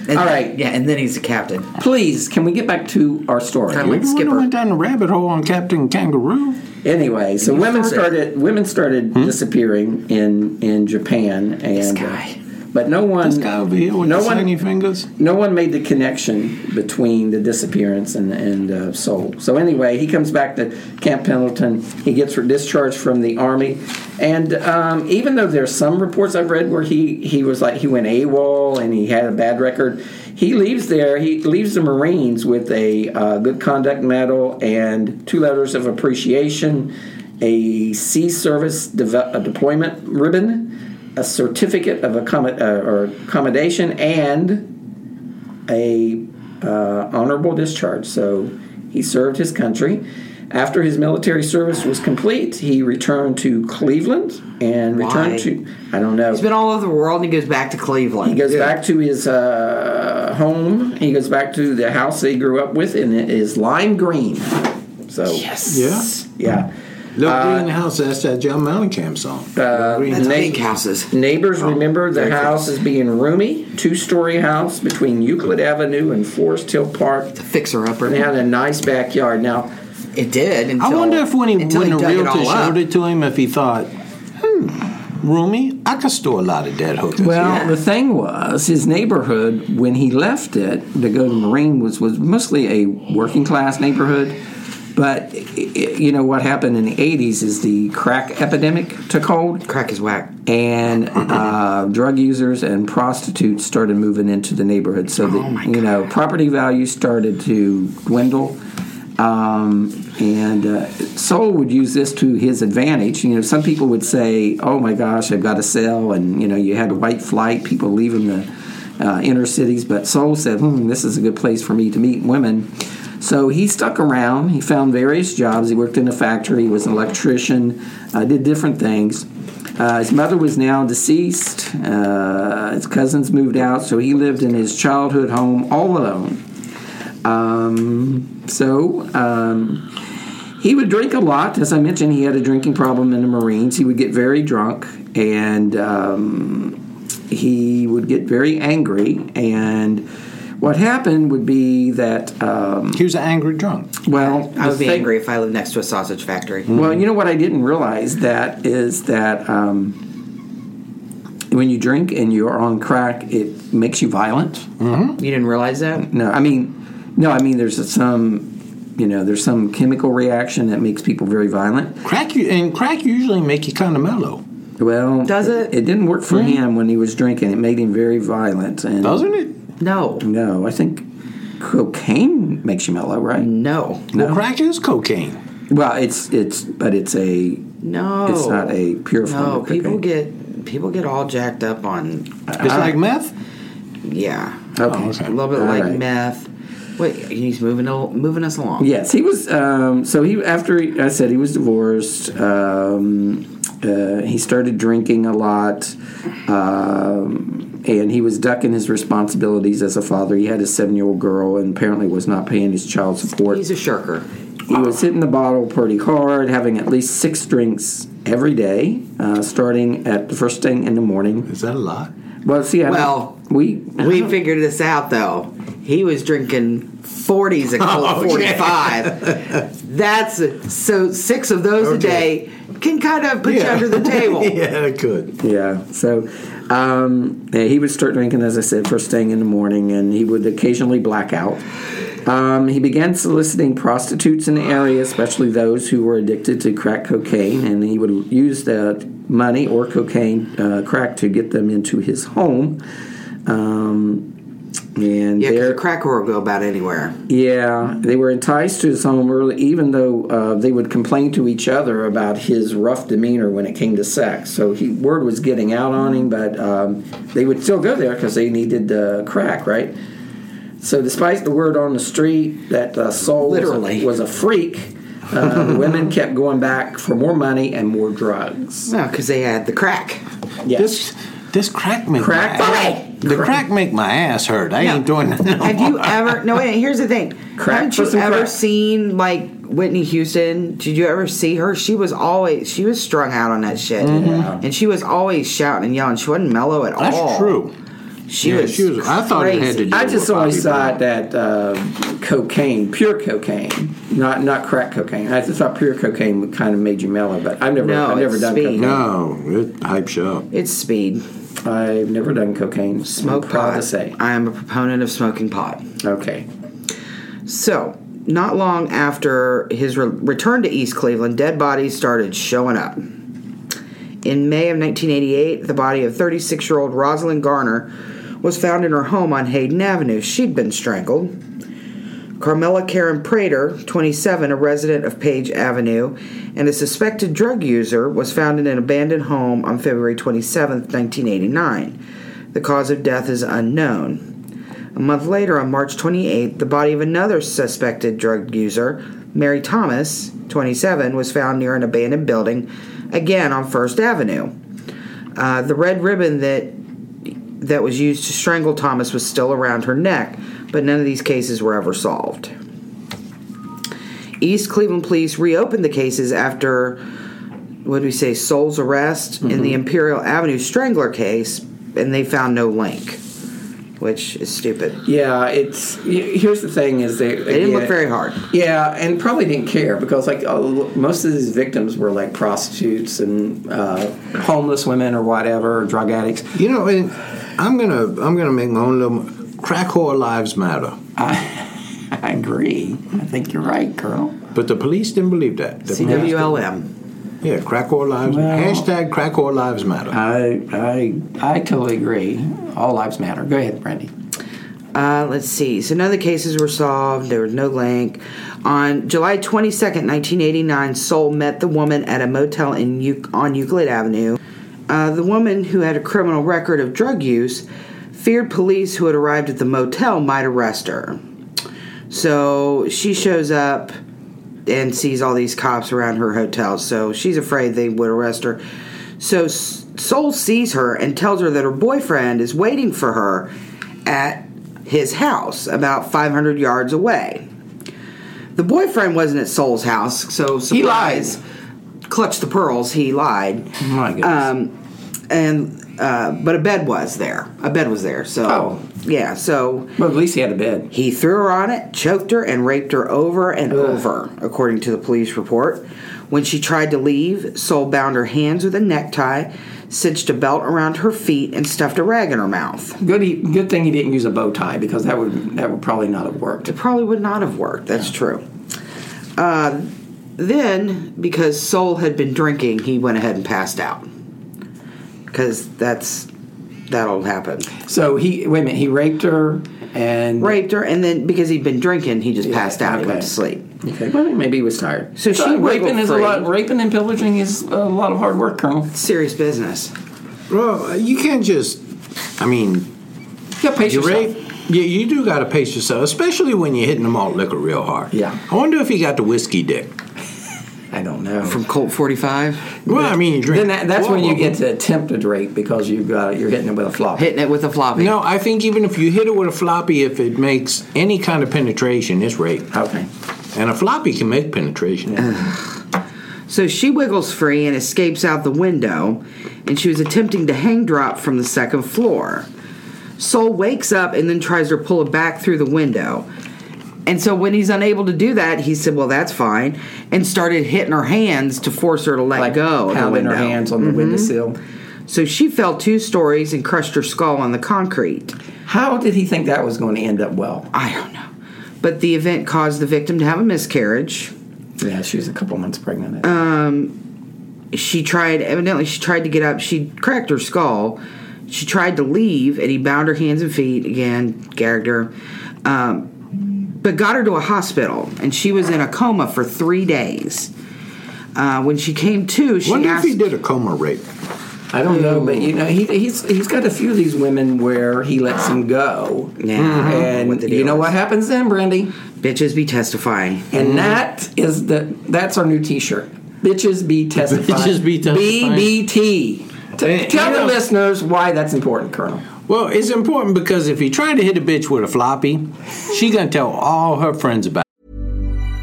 S3: And-
S2: all right.
S3: Yeah, and then he's a captain.
S2: Please, can we get back to our story?
S3: Kinda
S4: You're
S3: like
S4: the one that
S3: Skipper.
S4: went down the rabbit hole on Captain Kangaroo.
S2: Anyway, so
S3: you
S2: women
S3: started.
S2: started women started
S4: Hmm?
S2: disappearing in in Japan and
S3: guy.
S2: uh, but no one
S4: This guy over here with
S2: no
S4: the
S2: one
S4: shiny fingers.
S2: no one made the connection between the disappearance and and uh, Soul. So anyway, he comes back to Camp Pendleton. He gets discharged from the army, and um, even though there's some reports I've read where he he was like he went AWOL and he had a bad record, he leaves there. He leaves the Marines with a uh, good conduct medal and two letters of appreciation, a sea service deve- a deployment ribbon, a certificate of accommod- uh, or accommodation, and a uh, honorable discharge. So he served his country. After his military service was complete, he returned to Cleveland and returned
S3: Why?
S2: to I don't know.
S3: He's been all over the world, and he goes back to Cleveland.
S2: He goes back to his uh, home. He goes back to the house that he grew up with, and it is lime green. So
S4: Yes.
S2: yeah.
S4: Look in the house. That's that John Mellencamp song.
S3: Uh, That's
S2: Nate-
S3: big houses.
S2: Neighbors
S3: Oh,
S2: remember the house as being roomy, two-story house between Euclid Avenue and Forest Hill Park.
S3: Fixer upper.
S2: And they had a nice backyard. Now,
S3: It did. Until,
S4: I wonder if when he
S3: until
S4: when the
S3: dug it
S4: realtor
S3: all up.
S4: showed it to him, if he thought, hmm, roomy, I could store a lot of dead hookers.
S2: Well,
S3: Yeah.
S2: the thing was, his neighborhood when he left it to go to Marine was was mostly a working class neighborhood. But i- i- you know what happened in the '80s is the crack epidemic took hold,
S3: crack is whack.
S2: and uh, drug users and prostitutes started moving into the neighborhood. So that
S3: Oh my
S2: you know, property values started to dwindle. Um, and uh, Soul would use this to his advantage. You know, some people would say, "Oh my gosh, I've got to sell," and you know, you had white flight, people leaving the uh, inner cities. But Soul said, "Hmm, this is a good place for me to meet women." So he stuck around. He found various jobs. He worked in a factory. He was an electrician. Uh, did different things. Uh, his mother was now deceased. Uh, his cousins moved out, so he lived in his childhood home all alone. Um, so um, he would drink a lot. As I mentioned, he had a drinking problem in the Marines. He would get very drunk and um, he would get very angry. And what happened would be that, um,
S4: he was an angry drunk.
S2: well,
S3: I
S2: the
S3: would be
S2: thing-
S3: angry if I lived next to a sausage factory.
S2: Well, you know what I didn't realize that is that um, when you drink and you're on crack, it makes you violent.
S3: You didn't realize that?
S2: No, I mean, no, I mean, there's some, you know, there's some chemical reaction that makes people very violent.
S4: Crack you and crack usually make you kind of mellow,
S2: Well,
S3: Does it?
S2: It didn't work for him when he was drinking. It made him very violent. And
S4: doesn't it?
S3: No.
S2: no, I think cocaine makes you mellow,
S3: Mm.
S2: right?
S3: No.
S4: Well, crack is cocaine.
S2: Well, it's it's, but it's a
S3: No.
S2: It's not a pure form
S3: Oh. No,
S2: of
S3: people
S2: cocaine.
S3: get people get all jacked up on
S4: It's like meth.
S3: yeah.
S2: okay.
S3: A little bit
S2: All
S3: like
S2: right.
S3: meth. Wait, he's moving al- moving us along.
S2: Yes, he was. Um, so he after he, I said he was divorced. Um, uh, he started drinking a lot, um, and he was ducking his responsibilities as a father. He had a seven-year-old girl, and apparently was not paying his child support.
S3: He's a shirker.
S2: He was hitting the bottle pretty hard, having at least six drinks every day, uh, starting at the first thing in the morning.
S4: Is that a lot?
S2: Well, see, I don't-
S3: Well,
S2: we
S3: We
S4: Oh.
S3: figured this out though. He was drinking 40s at
S4: Oh,
S3: Colt 45. That's so six of those
S4: Okay.
S3: a day can kind of put you under the table.
S4: yeah, it could.
S2: Yeah. So um, yeah, he would start drinking, as I said, first thing in the morning, and he would occasionally black out. Um, he began soliciting prostitutes in the area, especially those who were addicted to crack cocaine, and he would use that money or cocaine uh, crack to get them into his home. Um, And
S3: Yeah, 'cause
S2: they're
S3: a crack whore will go about anywhere.
S2: yeah, they were enticed to his home early, even though uh, they would complain to each other about his rough demeanor when it came to sex. So he, word was getting out on him, but um, they would still go there because they needed uh, crack, right? So, despite the word on the street that uh, Saul was a-
S3: Literally.
S2: was a freak, uh, women kept going back for more money and more drugs.
S3: No, because they had the crack.
S2: Yes.
S4: This this crack make
S2: Crack?
S4: my
S2: Okay.
S4: the crack make my ass hurt. I ain't doing that. No
S3: Have you
S4: more.
S3: ever? No, wait. Here's the thing.
S2: Crack
S3: Haven't
S2: for
S3: you
S2: some
S3: ever
S2: crack.
S3: seen like Whitney Houston? Did you ever see her? She was always she was strung out on that shit,
S2: Mm-hmm.
S3: and she was always shouting and yelling. She wasn't mellow at
S4: That's
S3: all.
S4: true.
S3: She
S4: Yeah,
S3: was.
S4: she was- I thought it had to
S3: crazy.
S4: do-
S2: I just
S4: Bobby
S2: always
S4: Brown.
S2: thought that uh, cocaine, pure cocaine, not not crack cocaine. I just thought pure cocaine kind of made you mellow, but I've never,
S3: No,
S2: I've never
S3: it's
S2: done
S3: speed.
S2: cocaine.
S4: No, it hypes you up.
S3: It's speed.
S2: I've never done cocaine.
S3: Smoke
S2: I'm proud
S3: pot.
S2: to say.
S3: I am a proponent of smoking pot.
S2: Okay.
S3: So, not long after his re- return to East Cleveland, dead bodies started showing up. In May of 1988, the body of 36 year old Rosalind Garner was found in her home on Hayden Avenue. She'd been strangled. Carmela Karen Prater, 27, a resident of Page Avenue, and a suspected drug user, was found in an abandoned home on February 27, 1989. The cause of death is unknown. A month later, on March 28, the body of another suspected drug user, Mary Thomas, 27, was found near an abandoned building, again on First Avenue. Uh, the red ribbon that that was used to strangle Thomas was still around her neck, but none of these cases were ever solved. East Cleveland police reopened the cases after, what do we say, Soul's arrest in the Imperial Avenue strangler case, and they found no link, which is stupid.
S2: Yeah, it's y- here's the thing: is they
S3: They didn't look very hard.
S2: Yeah, and probably didn't care because like a l- most of these victims were like prostitutes and uh, homeless women or whatever, or drug addicts.
S4: You know, and I'm gonna I'm gonna make my own little crack whore lives matter.
S2: I agree. I think you're right, girl.
S4: But the police didn't believe that. The police-
S3: CWLM.
S4: yeah, crack whore lives.
S2: Well-
S4: hashtag crack whore lives matter.
S2: I I I totally agree. All lives matter. Go ahead, Brandy.
S3: Uh, let's see. So none of the cases were solved. There was no link. On July 22nd, 1989, Soul met the woman at a motel in Euc- on Euclid Avenue. Uh, the woman, who had a criminal record of drug use, feared police who had arrived at the motel might arrest her. So she shows up and sees all these cops around her hotel. So she's afraid they would arrest her. So S- Soul sees her and tells her that her boyfriend is waiting for her at his house about 500 yards away. The boyfriend wasn't at Soul's house, so surprise,
S2: lies.
S3: Clutch the pearls. He lied Um,
S2: My goodness.
S3: Uh, and uh, but a bed was there. A bed was there. So
S2: Oh.
S3: yeah. So
S2: well, at least he had a bed.
S3: he threw her on it, choked her, and raped her over and over, according to the police report. When she tried to leave, Soul bound her hands with a necktie, cinched a belt around her feet, and stuffed a rag in her mouth.
S2: Good. He, good thing he didn't use a bow tie because that would that would probably not have worked.
S3: It probably would not have worked. That's true. Uh, then, because Soul had been drinking, he went ahead and passed out. Because that's that'll happen.
S2: So he wait a minute. He raped her and
S3: raped her, and then because he'd been drinking, he just passed out and
S2: okay.
S3: went to sleep.
S2: Okay, well, maybe he was tired.
S3: So she
S2: raping is a
S3: wiggled
S2: lot.
S3: free.
S2: Raping and pillaging is a lot of hard work, Colonel.
S3: Serious business.
S4: Well, you can't just. I mean,
S2: Yeah, pace
S4: you
S2: yourself.
S4: rape. You, you do got to pace yourself, especially when you're hitting the malt liquor real hard.
S2: Yeah.
S4: I wonder if he got the whiskey dick.
S2: I don't know.
S3: From Colt 45,
S4: Well, I mean, you drink.
S2: then that, that's
S4: Whoa,
S2: when you
S4: whoa,
S2: get to attempted rape because you've got you're hitting it with a flop.
S3: hitting it with a floppy.
S4: No, I think even if you hit it with a floppy, if it makes any kind of penetration, it's rape.
S2: Okay.
S4: And a floppy can make penetration.
S2: Uh-huh.
S3: So she wiggles free and escapes out the window, and she was attempting to hang drop from the second floor. Soul wakes up and then tries to pull it back through the window. And so when he's unable to do that, he said, "Well, that's fine," and started hitting her hands to force her to let go. of the
S2: Pounding her
S3: window. Mm-hmm.
S2: hands on the windowsill.
S3: So she fell two stories and crushed her skull on the concrete.
S2: How did he think that was going to end up well?
S3: I don't know. But the event caused the victim to have a miscarriage.
S2: Yeah, she was a couple months pregnant.
S3: She tried, evidently, she tried to get up. She cracked her skull. She tried to leave, and he bound her hands and feet again, gagged her, um, but got her to a hospital, and she was in a coma for three days. Uh, when she came to, she
S4: Wonder
S3: asked,
S4: if he did a coma rape.
S2: I don't know, but you know, he, he's he's got a few of these women where he lets them go. Mm-hmm.
S3: Yeah, I don't know what
S2: and
S3: the
S2: you
S3: deal
S2: know
S3: is.
S2: what happens then, Brandy?
S3: "Bitches be testifying."
S2: And that is the that's our new T-shirt. Bitches be testifying.
S5: Bitches be testifying.
S2: BBT. T-
S4: And-
S2: tell
S4: and
S2: the
S4: I'm-
S2: listeners why that's important, Colonel.
S4: Well, it's important because if he tried to hit a bitch with a floppy, she gonna tell all her friends about. it.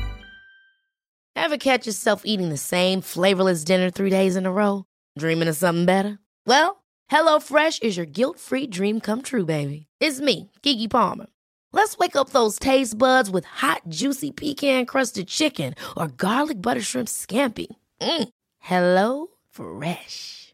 S1: Ever catch yourself eating the same flavorless dinner three days in a row? Dreaming of something better? Well, HelloFresh is your guilt free dream come true, baby. It's me, Kiki Palmer. Let's wake up those taste buds with hot, juicy pecan crusted chicken or garlic butter shrimp scampi. Mm. Hello Fresh.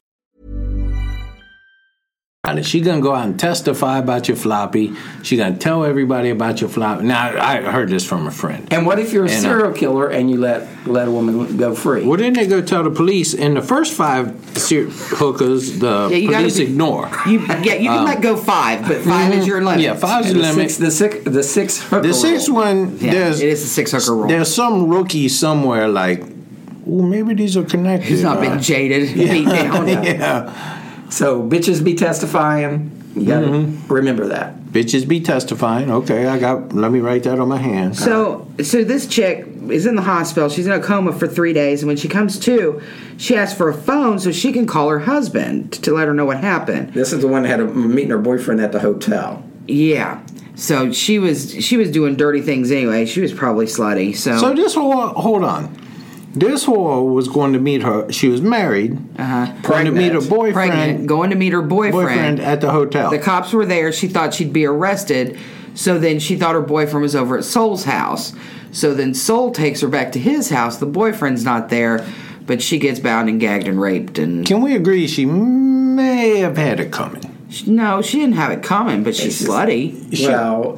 S4: it. She gonna go out and testify about your floppy. She gonna tell everybody about your floppy. Now I heard this from a friend.
S2: And what if you're a
S4: And, uh,
S2: serial killer and you let let a woman go free?
S4: Well, then they go tell the police, and the first five ser- hookers the
S3: Yeah, you gotta
S4: police
S3: be-
S4: ignore.
S3: You, yeah, you can let go five, but 5 is your limit.
S4: Yeah, five's the
S2: And the
S4: limit.
S2: six, the six, the six hooker
S4: The sixth
S2: rule.
S4: one,
S3: Yeah,
S4: there's
S3: it is the six hooker rule.
S4: There's some rookie somewhere like, oh, maybe these are connected.
S3: Who's not
S4: uh,
S3: been jaded, beat down?
S4: yeah,
S2: So bitches be testifying. You gotta
S3: Mm-hmm.
S2: remember that.
S4: bitches be testifying. Okay, I got. Let me write that on my hand.
S3: So, so this chick is in the hospital. She's in a coma for three days, and when she comes to, she asks for a phone so she can call her husband to let her know what happened.
S2: This is the one that had a, meeting her boyfriend at the hotel.
S3: Yeah. So she was she was doing dirty things anyway. She was probably slutty. So,
S4: So this whore, hold on. This whore was going to meet her. She was married. Uh-huh. Going to meet her
S2: Pregnant.
S4: boyfriend.
S3: pregnant, going to meet her boyfriend.
S4: boyfriend at the hotel.
S3: the cops were there. She thought she'd be arrested. So then she thought her boyfriend was over at Soul's house. So then Soul takes her back to his house. The boyfriend's not there, but she gets bound and gagged and raped and
S4: Can we agree she may have had it coming?
S3: No, she didn't have it coming, but she's
S2: It's just-
S3: slutty.
S2: Well,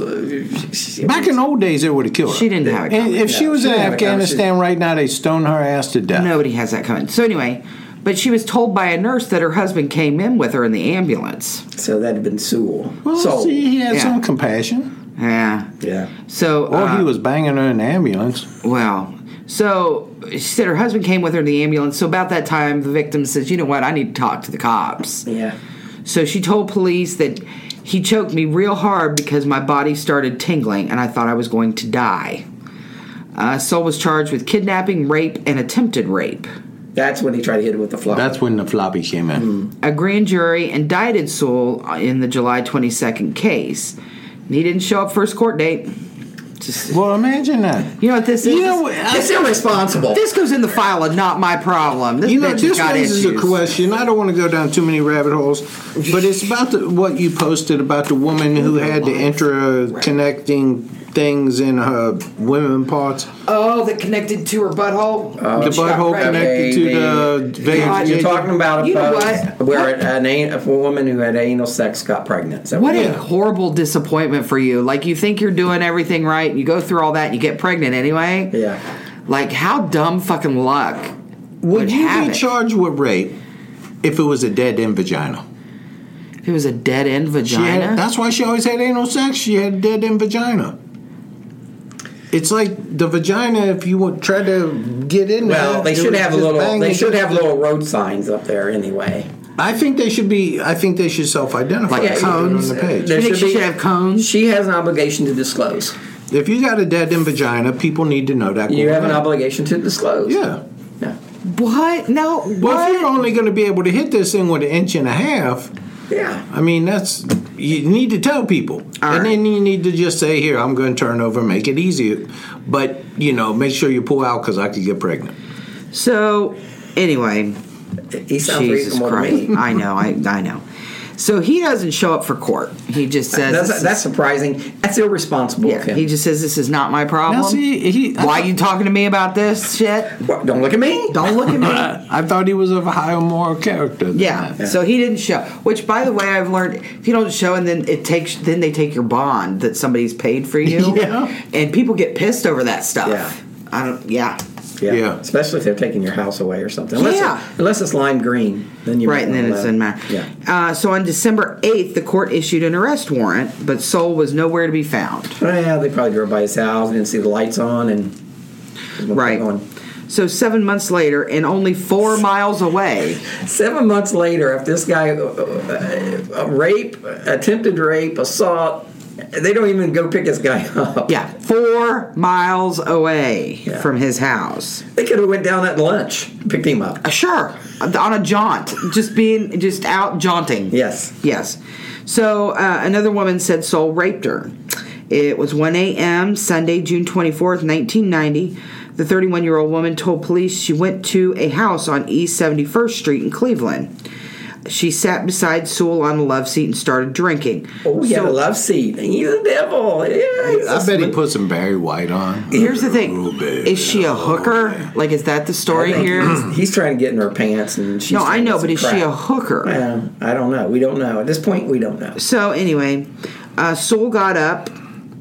S2: it,
S4: Back in the old days, it would have killed her.
S3: She didn't have it
S4: And
S3: coming.
S4: if she
S2: No,
S4: was
S2: she
S4: in
S2: didn't have it coming.
S4: Afghanistan right now, they stone her ass to death.
S3: Nobody has that coming. So anyway, but she was told by a nurse that her husband came in with her in the ambulance.
S2: so that'd have been Sewell.
S4: Well,
S2: so
S4: see, he had
S3: yeah.
S4: some compassion.
S3: Yeah.
S2: yeah.
S3: So
S4: Or
S3: uh,
S4: he was banging her in the ambulance.
S3: well. So she said her husband came with her in the ambulance. So about that time, the victim says, "You know what? I need to talk to the cops."
S2: Yeah.
S3: So she told police that he choked me real hard because my body started tingling and I thought I was going to die. Uh, Soul was charged with kidnapping, rape, and attempted rape.
S2: That's when he tried to hit him with the flop.
S4: That's when the floppy came in.
S2: Mm.
S3: A grand jury indicted Sewell in the July 22nd case. And He didn't show up for his court date. Just,
S4: Well, imagine that.
S3: you know what this is?
S4: You know what-
S3: This-
S2: it's irresponsible.
S3: this goes in the file of not my problem. This
S4: You know,
S3: bitch
S4: this
S3: has got
S4: raises
S3: issues.
S4: a question. I don't want to go down too many rabbit holes, but it's about the, what you posted about the woman who had the interconnecting things in her women parts.
S3: Oh, that connected to her butthole.
S4: the
S3: She got
S4: butthole
S3: pregnant.
S4: connected to the
S3: God,
S4: veins.
S2: You're talking about a
S3: You know
S2: post
S3: what?
S2: where an, an, a woman who had anal sex got pregnant. Is that
S3: What
S4: Yeah.
S3: a horrible disappointment for you. Like, you think you're doing everything right, and you go through all that, and you get pregnant anyway.
S2: Yeah.
S3: Like, how dumb fucking luck.
S4: Would you
S3: have
S4: be
S3: it.
S4: charged with rape if it was a dead-end vagina?
S3: It was a dead end
S4: She had-
S3: vagina.
S4: that's why she always had anal sex. She had dead end vagina. It's like the vagina. If you want try to get in
S2: Well,
S4: there,
S2: they
S4: it
S2: should
S4: was
S2: have a
S4: just
S2: little.
S4: bang
S2: They should
S4: against
S2: have
S4: the-
S2: little road signs up there anyway.
S4: I think they should be. I think they should self-identify
S2: Like
S4: They should do it
S2: cones.
S4: on the page.
S2: There
S3: You think she should have cones?
S2: She has an obligation to disclose.
S4: If you got a dead end vagina, people need to know that.
S2: You
S4: going
S2: have an
S4: in.
S2: obligation to disclose.
S4: Yeah.
S2: Yeah.
S3: What? No. What?
S4: Well, if you're only going to be able to hit this thing with an inch and a half,
S2: Yeah.
S4: I mean that's you need to tell people,
S3: All
S4: and
S3: right.
S4: then you need to just say, "Here, I'm going to turn over, and make it easier," but you know, make sure you pull out because I could get pregnant.
S3: so, anyway,
S2: He sounds
S3: Jesus
S2: reasonable
S3: Christ.
S2: to me.
S3: I know. I I know. So he doesn't show up for court. He just says
S2: That's, that's surprising. That's irresponsible
S3: yeah,
S2: of him.
S3: he just says this is not my problem.
S4: Now, see, he- I
S3: Why
S4: thought-
S3: you talking to me about this shit?
S2: What, don't look at me.
S3: Don't look at me.
S4: I thought he was of a higher moral character. Than
S3: Yeah.
S4: that.
S3: So he didn't show. Which, by the way, I've learned if you don't show, and then it takes, then they take your bond that somebody's paid for you.
S4: Yeah.
S3: And people get pissed over that stuff.
S2: Yeah.
S3: I don't. Yeah.
S4: Yeah.
S2: Especially if they're taking your house away or something. Unless
S3: Yeah.
S2: It, unless it's lime green, then you
S3: Right, and
S2: might
S3: then it
S2: wanna
S3: doesn't
S2: let-
S3: matter.
S2: Yeah.
S3: Uh, so on December 8th, the court issued an arrest warrant, but Sol was nowhere to be found.
S2: Well, they probably drove by his house and didn't see the lights on and.
S3: Right.
S2: On.
S3: So seven months later, and only four miles away,
S2: Seven months later, if this guy uh, uh, uh, rape, attempted rape, assault, they don't even go pick this guy up.
S3: yeah, four miles away
S2: Yeah.
S3: from his house.
S2: They could have went down at lunch, picked him up.
S3: Uh, Sure, on a jaunt, just being just out jaunting.
S2: Yes.
S3: Yes. So uh, another woman said Sol raped her. It was 1 a.m. Sunday, June 24th, 1990. The 31 year old woman told police she went to a house on East 71st Street in Cleveland. She sat beside Sewell on a love seat and started drinking.
S2: Oh, he had a
S3: So-
S2: love seat. He's a devil. Yeah, he's
S4: I
S2: a
S4: bet he
S2: slick-
S4: put some Barry White on.
S3: Here's the
S4: Oh,
S3: thing
S4: baby.
S3: Is she a hooker? Like, is that the story here?
S2: He's, he's trying to get in her pants, and she's
S3: No, I
S2: trying to
S3: know,
S2: get
S3: but
S2: some
S3: is she a
S2: crap.
S3: hooker?
S2: Well, I don't know. We don't know at this point. We don't know.
S3: So anyway, uh, Soul got up.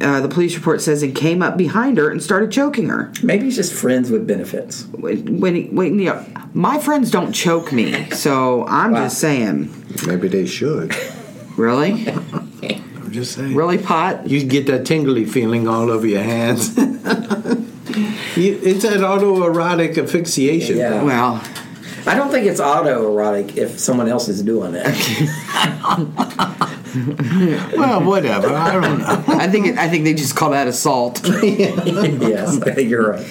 S3: Uh, the police report says and came up behind her and started choking her.
S2: Maybe he's just friends with benefits.
S3: When, when, when you know, my friends don't choke me, so I'm just saying,
S4: Maybe they should.
S3: really,
S4: I'm just saying.
S3: really pot.
S4: You get that tingly feeling all over your hands. you, it's that autoerotic asphyxiation.
S2: Yeah.
S3: Well,
S2: I don't think it's autoerotic if someone else is doing it.
S4: Well, whatever. I don't know.
S3: I think it, I think they just call that assault.
S2: yes, I think you're right.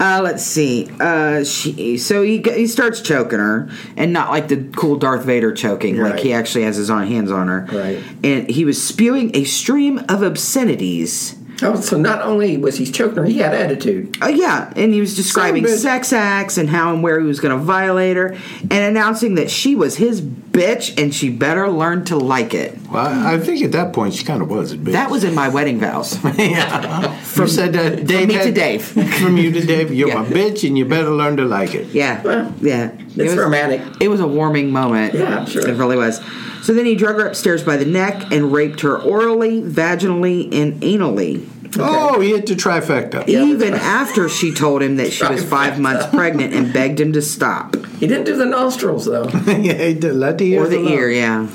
S3: Uh, let's see. Uh, she, so he g- he starts choking her, and not like the cool Darth Vader choking. Like
S2: Right.
S3: he actually has his own hands on her.
S2: Right.
S3: And he was spewing a stream of obscenities.
S2: Oh, so not only was he choking her, he had attitude.
S3: Uh, yeah, and he was describing
S4: Son of a bitch.
S3: sex acts and how and where he was going to violate her, and announcing that she was his bitch and she better learn to like it.
S4: Well, I I think at that point she kind of was a bitch.
S3: That was in my wedding vows.
S4: yeah. From, you said that Dave
S3: me to
S4: had-
S3: Dave.
S4: from you to Dave. You're
S3: Yeah.
S4: my bitch, and you better learn to like it.
S3: Yeah,
S2: Well,
S3: yeah. it
S2: It's
S3: was,
S2: romantic.
S3: It was a warming moment.
S2: Yeah, sure.
S3: It really was. So then he drug her upstairs by the neck and raped her orally, vaginally, and anally.
S4: Oh, he hit the trifecta.
S3: even after she told him that she was five months pregnant and begged him to stop.
S2: He didn't do the nostrils though.
S4: yeah, he did. Let the ear
S3: Or the ear, yeah.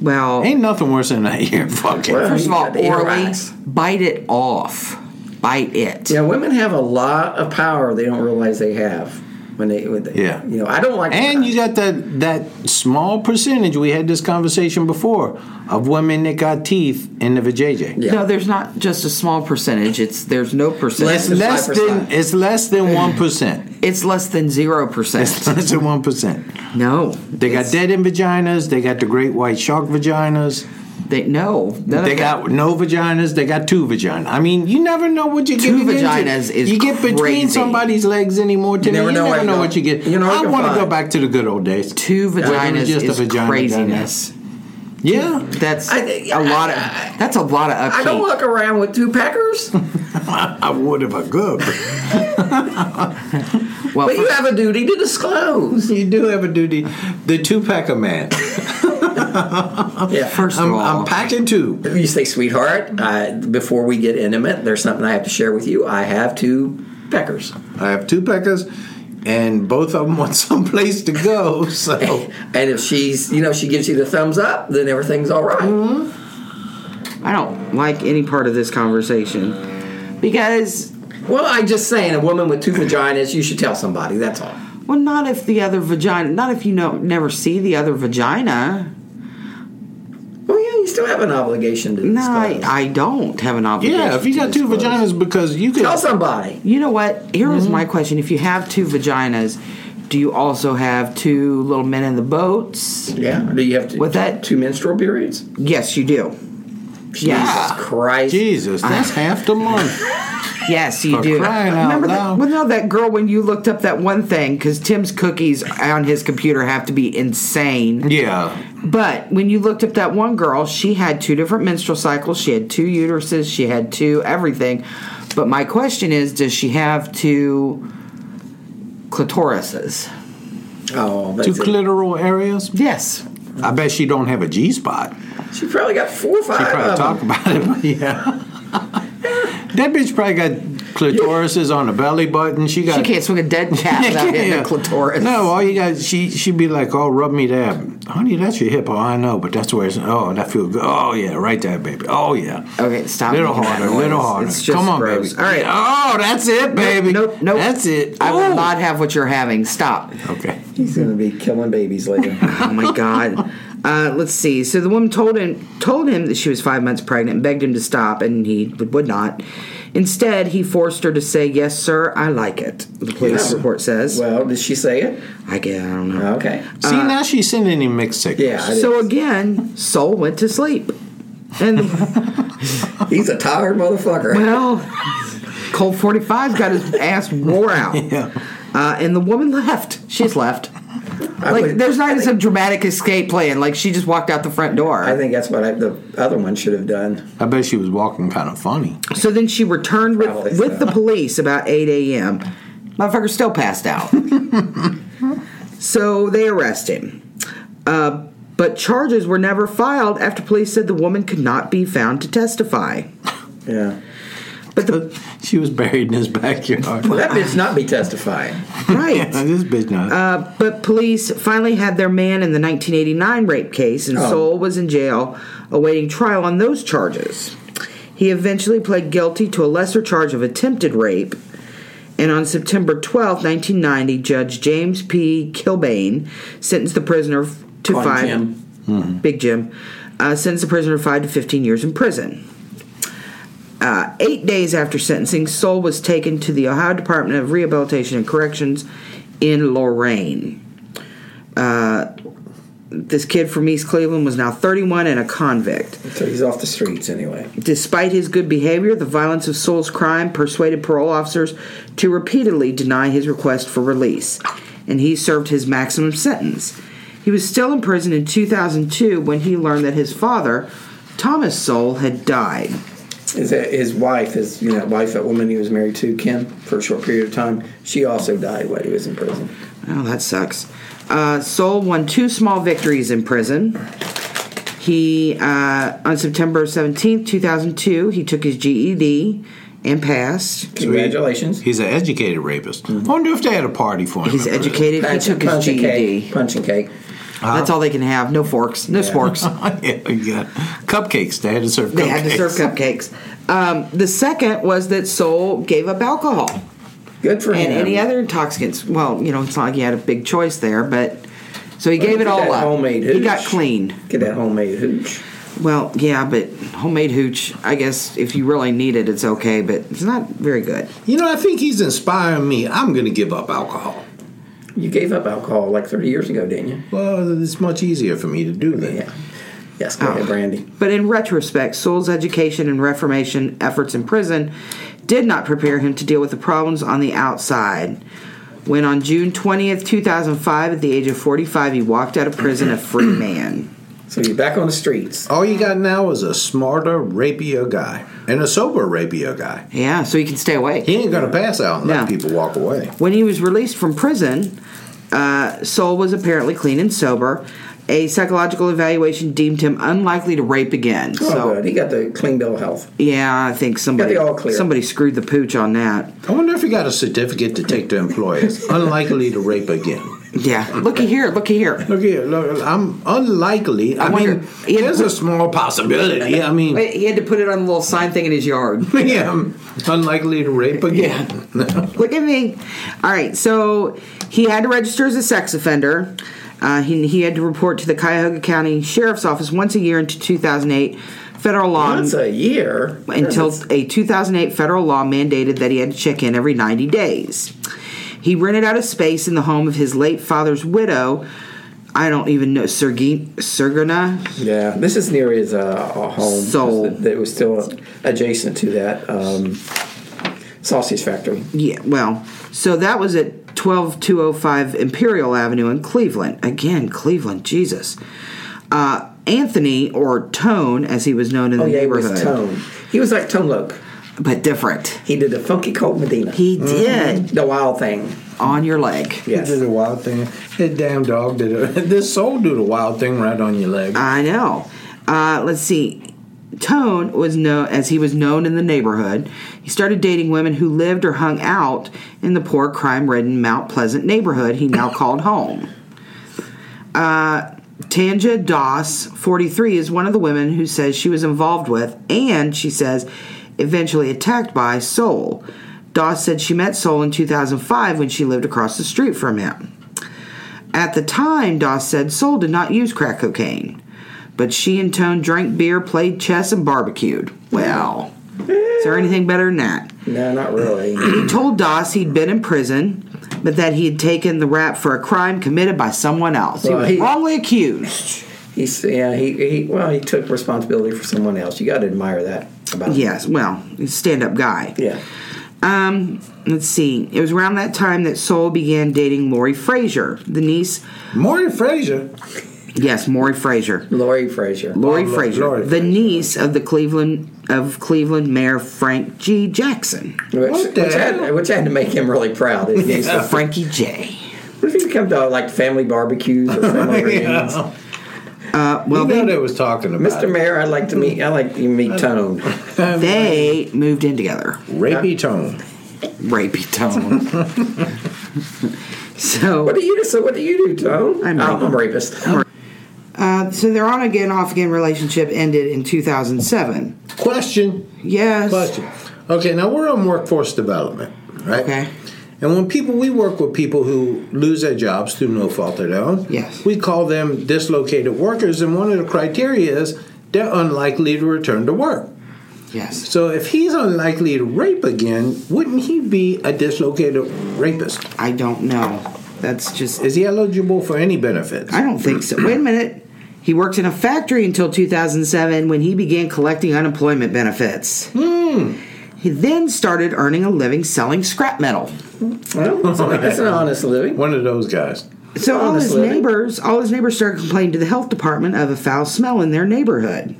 S3: Well,
S4: Ain't nothing worse than that ear fucking.
S2: Well,
S3: First of all,
S2: Eat
S3: orally,
S2: rocks.
S3: bite it off. Bite it.
S2: Yeah, women have a lot of power they don't realize they have when they. When they
S4: Yeah.
S2: You know, I don't like.
S4: And you got that that small percentage. We had this conversation before of women that got teeth in the vajayjay.
S2: Yeah.
S3: No, there's not just a small percentage. It's there's no percentage.
S4: It's less than
S2: 5%.
S4: it's less than one percent.
S3: it's less than zero percent.
S4: It's less than one percent.
S3: No,
S4: They got dead end vaginas. They got the great white shark vaginas.
S3: They no. None
S4: They
S3: of
S4: got
S3: that.
S4: no vaginas. They got two vaginas. I mean, you never know what you
S3: Two
S4: get.
S3: vaginas
S4: into.
S3: is
S4: you get between
S3: crazy.
S4: somebody's legs anymore. Today, you never know,
S2: what you
S4: what you
S2: got.
S4: get.
S2: You know what
S4: I
S2: you
S4: want to
S2: find.
S4: go back to the good old days.
S3: two
S4: Whether
S3: vaginas
S4: it's just a
S3: is
S4: vagina
S3: craziness.
S4: Yeah,
S3: That's
S2: I-
S3: a lot of. That's a lot of
S2: I
S3: upkeep.
S2: don't walk around with two packers,
S4: I would if I could. but
S3: well,
S2: but you
S3: for-
S2: have a duty to disclose.
S4: you do have a duty. The two packer man.
S2: Yeah.
S3: first of
S4: I'm,
S3: all,
S4: I'm packing two.
S2: You say, sweetheart, uh, before we get intimate, there's something I have to share with you. I have two peckers.
S4: I have two packers. and both of them want someplace to go. So
S5: And if she's, you know, she gives you the thumbs up, then everything's all right.
S2: Mm-hmm.
S3: I don't like any part of this conversation because,
S5: Well, I'm just saying, a woman with two vaginas, you should tell somebody. That's all.
S3: well, not if the other vagina, not if you know, never see the other vagina.
S5: Well, yeah, you still have an obligation to
S3: No,
S5: disclose.
S3: I, I don't have an obligation.
S4: yeah, if you
S3: to
S4: got two
S3: disclose.
S4: vaginas, because you could
S5: tell somebody.
S3: You know what? Here is my
S4: Mm-hmm.
S3: question: If you have two vaginas, do you also have two little men in the boats?
S5: Yeah. Do you have to,
S3: With that-
S5: two menstrual periods?
S3: Yes, you do.
S5: Jesus Christ.
S4: Jesus, that's half the month.
S3: Yes, you
S4: For
S3: do.
S4: crying out
S3: Remember that?
S4: loud.
S3: Well, no, that girl when you looked up that one thing because Tim's cookies on his computer have to be insane.
S4: Yeah,
S3: But when you looked up that one girl, she had two different menstrual cycles. She had two uteruses. She had two everything. But my question is, does she have two clitorises?
S5: Oh,
S4: two
S5: that's it.
S4: clitoral areas.
S3: Yes.
S4: I bet she don't have a G spot.
S5: She probably got four or five.
S4: She probably
S5: of them.
S4: talk about it. But yeah. Um, That bitch probably got clitorises on the belly button. She got
S3: She can't swing a dead cat without hitting
S4: Yeah.
S3: a clitoris.
S4: No, all you got, she she'd be like, "Oh, rub me there, honey. That's your hip. Oh, I know, but that's where it's. Oh, that feel good. Oh yeah, right there, baby. Oh yeah.
S3: Okay, stop.
S4: Little
S3: making that
S4: harder,
S3: noise.
S4: little harder.
S3: It's just
S4: Come on,
S3: gross.
S4: baby.
S3: All right.
S4: Oh, that's it, baby.
S3: Nope, nope.
S4: That's it.
S3: I
S4: Ooh.
S3: will not have what you're having. Stop.
S4: Okay.
S5: He's going to be killing babies later.
S3: Oh my god. Uh, let's see. So the woman told him told him that she was five months pregnant and begged him to stop, and he would, would not. Instead, he forced her to say, "Yes, sir, I like it." The police
S5: Yeah.
S3: report says.
S5: well, did she say it?
S3: I guess I don't know.
S5: Okay.
S4: See, now she's sending him mixed signals.
S5: Yeah. I
S3: So
S5: did.
S3: again, Soul went to sleep, and
S5: he's a tired motherfucker.
S3: well, Colt Forty Five's got his ass wore out.
S4: Yeah.
S3: Uh, and the woman left. She's left. Like
S5: would-
S3: there's not even some dramatic escape plan. Like she just walked out the front door.
S5: I think that's what I, the other one should have done.
S4: I bet she was walking kind of funny.
S3: So then she returned
S5: Probably
S3: with,
S5: so.
S3: with the police about 8 a.m. Motherfucker still passed out. so they arrest him. Uh, but charges were never filed after police said the woman could not be found to testify.
S5: Yeah.
S3: But the
S4: She was buried in his backyard.
S5: Well, that bitch not be testifying.
S3: right.
S4: this bitch not.
S3: Uh, but police finally had their man in the 1989 rape case, and Soul was in jail awaiting trial on those charges. He eventually pled guilty to a lesser charge of attempted rape, and on September 12, 1990, Judge James P. Kilbane sentenced the prisoner to
S5: Call him
S3: five.
S5: Jim.
S3: Big Jim uh, sentenced the prisoner to five to 15 years in prison. Uh, eight days after sentencing, Soul was taken to the Ohio Department of Rehabilitation and Corrections in Lorraine. Uh, this kid from East Cleveland was now 31 and a convict.
S5: So he's off the streets anyway.
S3: Despite his good behavior, the violence of Soul's crime persuaded parole officers to repeatedly deny his request for release, and he served his maximum sentence. He was still in prison in 2002 when he learned that his father, Thomas Soul, had died.
S5: His, his wife, his you know, wife, that woman he was married to, Kim, for a short period of time, she also died while he was in prison.
S3: Oh, that sucks. Uh, Soul won two small victories in prison. He, uh, on September 17th, 2002, he took his GED and passed.
S5: Congratulations.
S4: He's an educated rapist. wonder if they had a party for him.
S3: Mm-hmm. He's
S4: in prison.
S3: educated. He
S5: Punch-
S3: took his E
S5: punch and
S3: GED.
S5: cake. Punch and cake.
S3: That's all they can have. No forks. No sporks.
S4: yeah, yeah. Cupcakes. They had to serve
S3: They
S4: cupcakes.
S3: had to serve cupcakes. Um, the second was that Soul gave up alcohol
S5: Good for
S3: and
S5: him.
S3: any other intoxicants. Well, you know, it's not like he had a big choice there, but so he gave
S5: look
S3: it
S5: at
S3: all
S5: that
S3: up.
S5: homemade
S3: he got
S5: hooch.
S3: clean.
S5: Get that homemade hooch.
S3: Well, yeah, but homemade hooch. I guess if you really need it, it's okay, but it's not very good.
S4: You know, I think he's inspiring me. I'm going to give up alcohol.
S5: You gave up alcohol like 30 years ago, didn't you?
S4: Well, it's much easier for me to do that.
S5: Yeah. Yes, go
S3: Oh.
S5: ahead, Brandy.
S3: But in retrospect, Sewell's education and reformation efforts in prison did not prepare him to deal with the problems on the outside. When on June 20th, 2005, at the age of 45, he walked out of prison a free man.
S5: So you're back on the streets.
S4: All you got now is a smarter, rapier guy and a sober rapier guy.
S3: Yeah, so he can stay awake.
S4: He ain't going to pass out and
S3: No.
S4: let people walk away.
S3: When he was released from prison, uh, Soul was apparently clean and sober, A psychological evaluation deemed him unlikely to rape again.
S5: Oh,
S3: so
S5: good. He got the clean bill of health.
S3: yeah, I think somebody
S5: all clear.
S3: somebody screwed the pooch on that.
S4: I wonder if he got a certificate to take to employers. Unlikely to rape again.
S3: Yeah, looky here, looky here.
S4: Look here, look, I'm unlikely. I,
S3: I
S4: mean,
S3: wonder- Ian-
S4: there's a small possibility. I mean,
S3: He had to put it on a little sign thing in his yard.
S4: yeah, I'm unlikely to rape again.
S3: Look at me. All right, so he had to register as a sex offender. Uh, he, he had to report to the Cuyahoga County Sheriff's Office once a year into 2008. Federal law
S5: Once a year.
S3: until a 2008 federal law mandated that he had to check in every 90 days. He rented out a space in the home of his late father's widow. I don't even know Sergi- Sergina.
S5: Yeah, this is near his uh, home.
S3: Soul.
S5: That was still adjacent to that um, sausage factory.
S3: Yeah, well, so that was at 12205 Imperial Avenue in Cleveland. Again, Cleveland, Jesus. Uh, Anthony or Tone, as he was known in the
S5: Oh, yeah, he
S3: neighborhood,
S5: was Tone. He was like Tone Loke.
S3: but different.
S5: He did the funky Colt Medina.
S3: He did
S5: the wild thing.
S3: on your leg.
S4: He did
S5: Yes.
S4: a wild thing. That damn dog did a, This soul did a wild thing right on your leg.
S3: I know. Uh, let's see. Tone was known as he was known in the neighborhood. He started dating women who lived or hung out in the poor, crime-ridden Mount Pleasant neighborhood he now called home. Uh, Tanja Doss, 43, is one of the women who says she was involved with, and she says, eventually attacked by Soul. Doss said she met Soul in 2005 when she lived across the street from him. At the time, Doss said Soul did not use crack cocaine, but she and Tone drank beer, played chess, and barbecued. Well, is there anything better than that?
S5: No, not really.
S3: He told Doss he'd been in prison, but that he had taken the rap for a crime committed by someone else. He
S5: Well,
S3: was
S5: he-
S3: wrongly accused.
S5: He's yeah. He, he well, he took responsibility for someone else. You got to admire that about him.
S3: Yes, well, he's a stand up guy.
S5: Yeah.
S3: Um, let's see. It was around that time that Soul began dating Lori Frazier, the niece.
S4: Maury Fraser.
S3: Yes, Maury Frazier.
S5: Lori Frazier.
S3: Lori
S4: Oh, Lo-
S3: Frazier,
S4: Lori
S3: the niece of the Cleveland of Cleveland Mayor Frank G. Jackson.
S5: Which,
S4: What
S5: which,
S4: the
S5: had,
S4: hell?
S5: which had to make him really proud. If he-
S3: Frankie J.
S5: What if you come to like family barbecues or family reunions?
S4: Well,
S3: Well,
S4: you know
S3: they,
S4: they was talking about
S5: Mr. Mayor, I'd like to meet. I like to meet Tone.
S3: they moved in together.
S4: it. rapey tone.
S3: Rapey tone. so,
S5: What do you do? So what do you do, Tone?
S3: I'm
S5: Oh, I'm a rapist.
S3: uh, so their on again, off again relationship ended in 2007.
S4: Question.
S3: Yes.
S4: Question. Okay, now we're on workforce development, right?
S3: Okay.
S4: And when people, we work with people who lose their jobs through no fault of their own.
S3: Yes.
S4: We call them dislocated workers, and one of the criteria is they're unlikely to return to work.
S3: Yes.
S4: So if he's unlikely to rape again, wouldn't he be a dislocated rapist?
S3: I don't know. That's just.
S4: Is he eligible for any benefits?
S3: I don't think so. Wait a minute. He worked in a factory until 2007 when he began collecting unemployment benefits.
S4: Hmm.
S3: He then started earning a living selling scrap metal.
S5: Well, that's, an, that's an honest living.
S4: One of those guys.
S3: So all his
S5: Honestly.
S3: neighbors, all his neighbors started complaining to the health department of a foul smell in their neighborhood.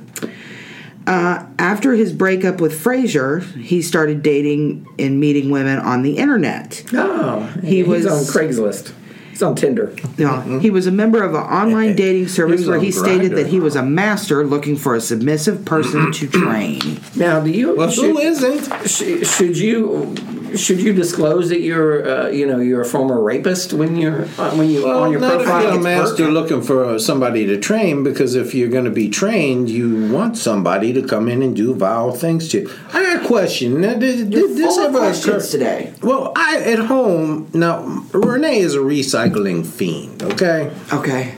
S3: Uh, after his breakup with Frazier, he started dating and meeting women on the internet.
S5: No, he,
S3: He
S5: was
S3: was-
S5: on Craigslist. He's on Tinder.
S3: No, he was a member of an online dating service
S4: Mm-hmm. was
S3: where
S4: on
S3: he stated
S4: Grindr.
S3: that he was a master looking for a submissive person to train.
S5: Now, do you?
S4: Well,
S5: should,
S4: who isn't?
S5: sh- should you? Should you disclose that you're, uh, you know, you're a former rapist when you're uh, when you
S4: Well,
S5: on your
S4: Oh, not if
S5: profile?
S4: you're a
S5: it's
S4: master
S5: work?
S4: looking for uh, somebody to train, because if you're going to be trained, you want somebody to come in and do vile things to you. I got a question. Now, did, did this
S3: full of
S4: ever
S3: questions
S4: occur?
S3: today.
S4: Well, I at home now. Renee is a recycling fiend. Okay,
S3: Okay.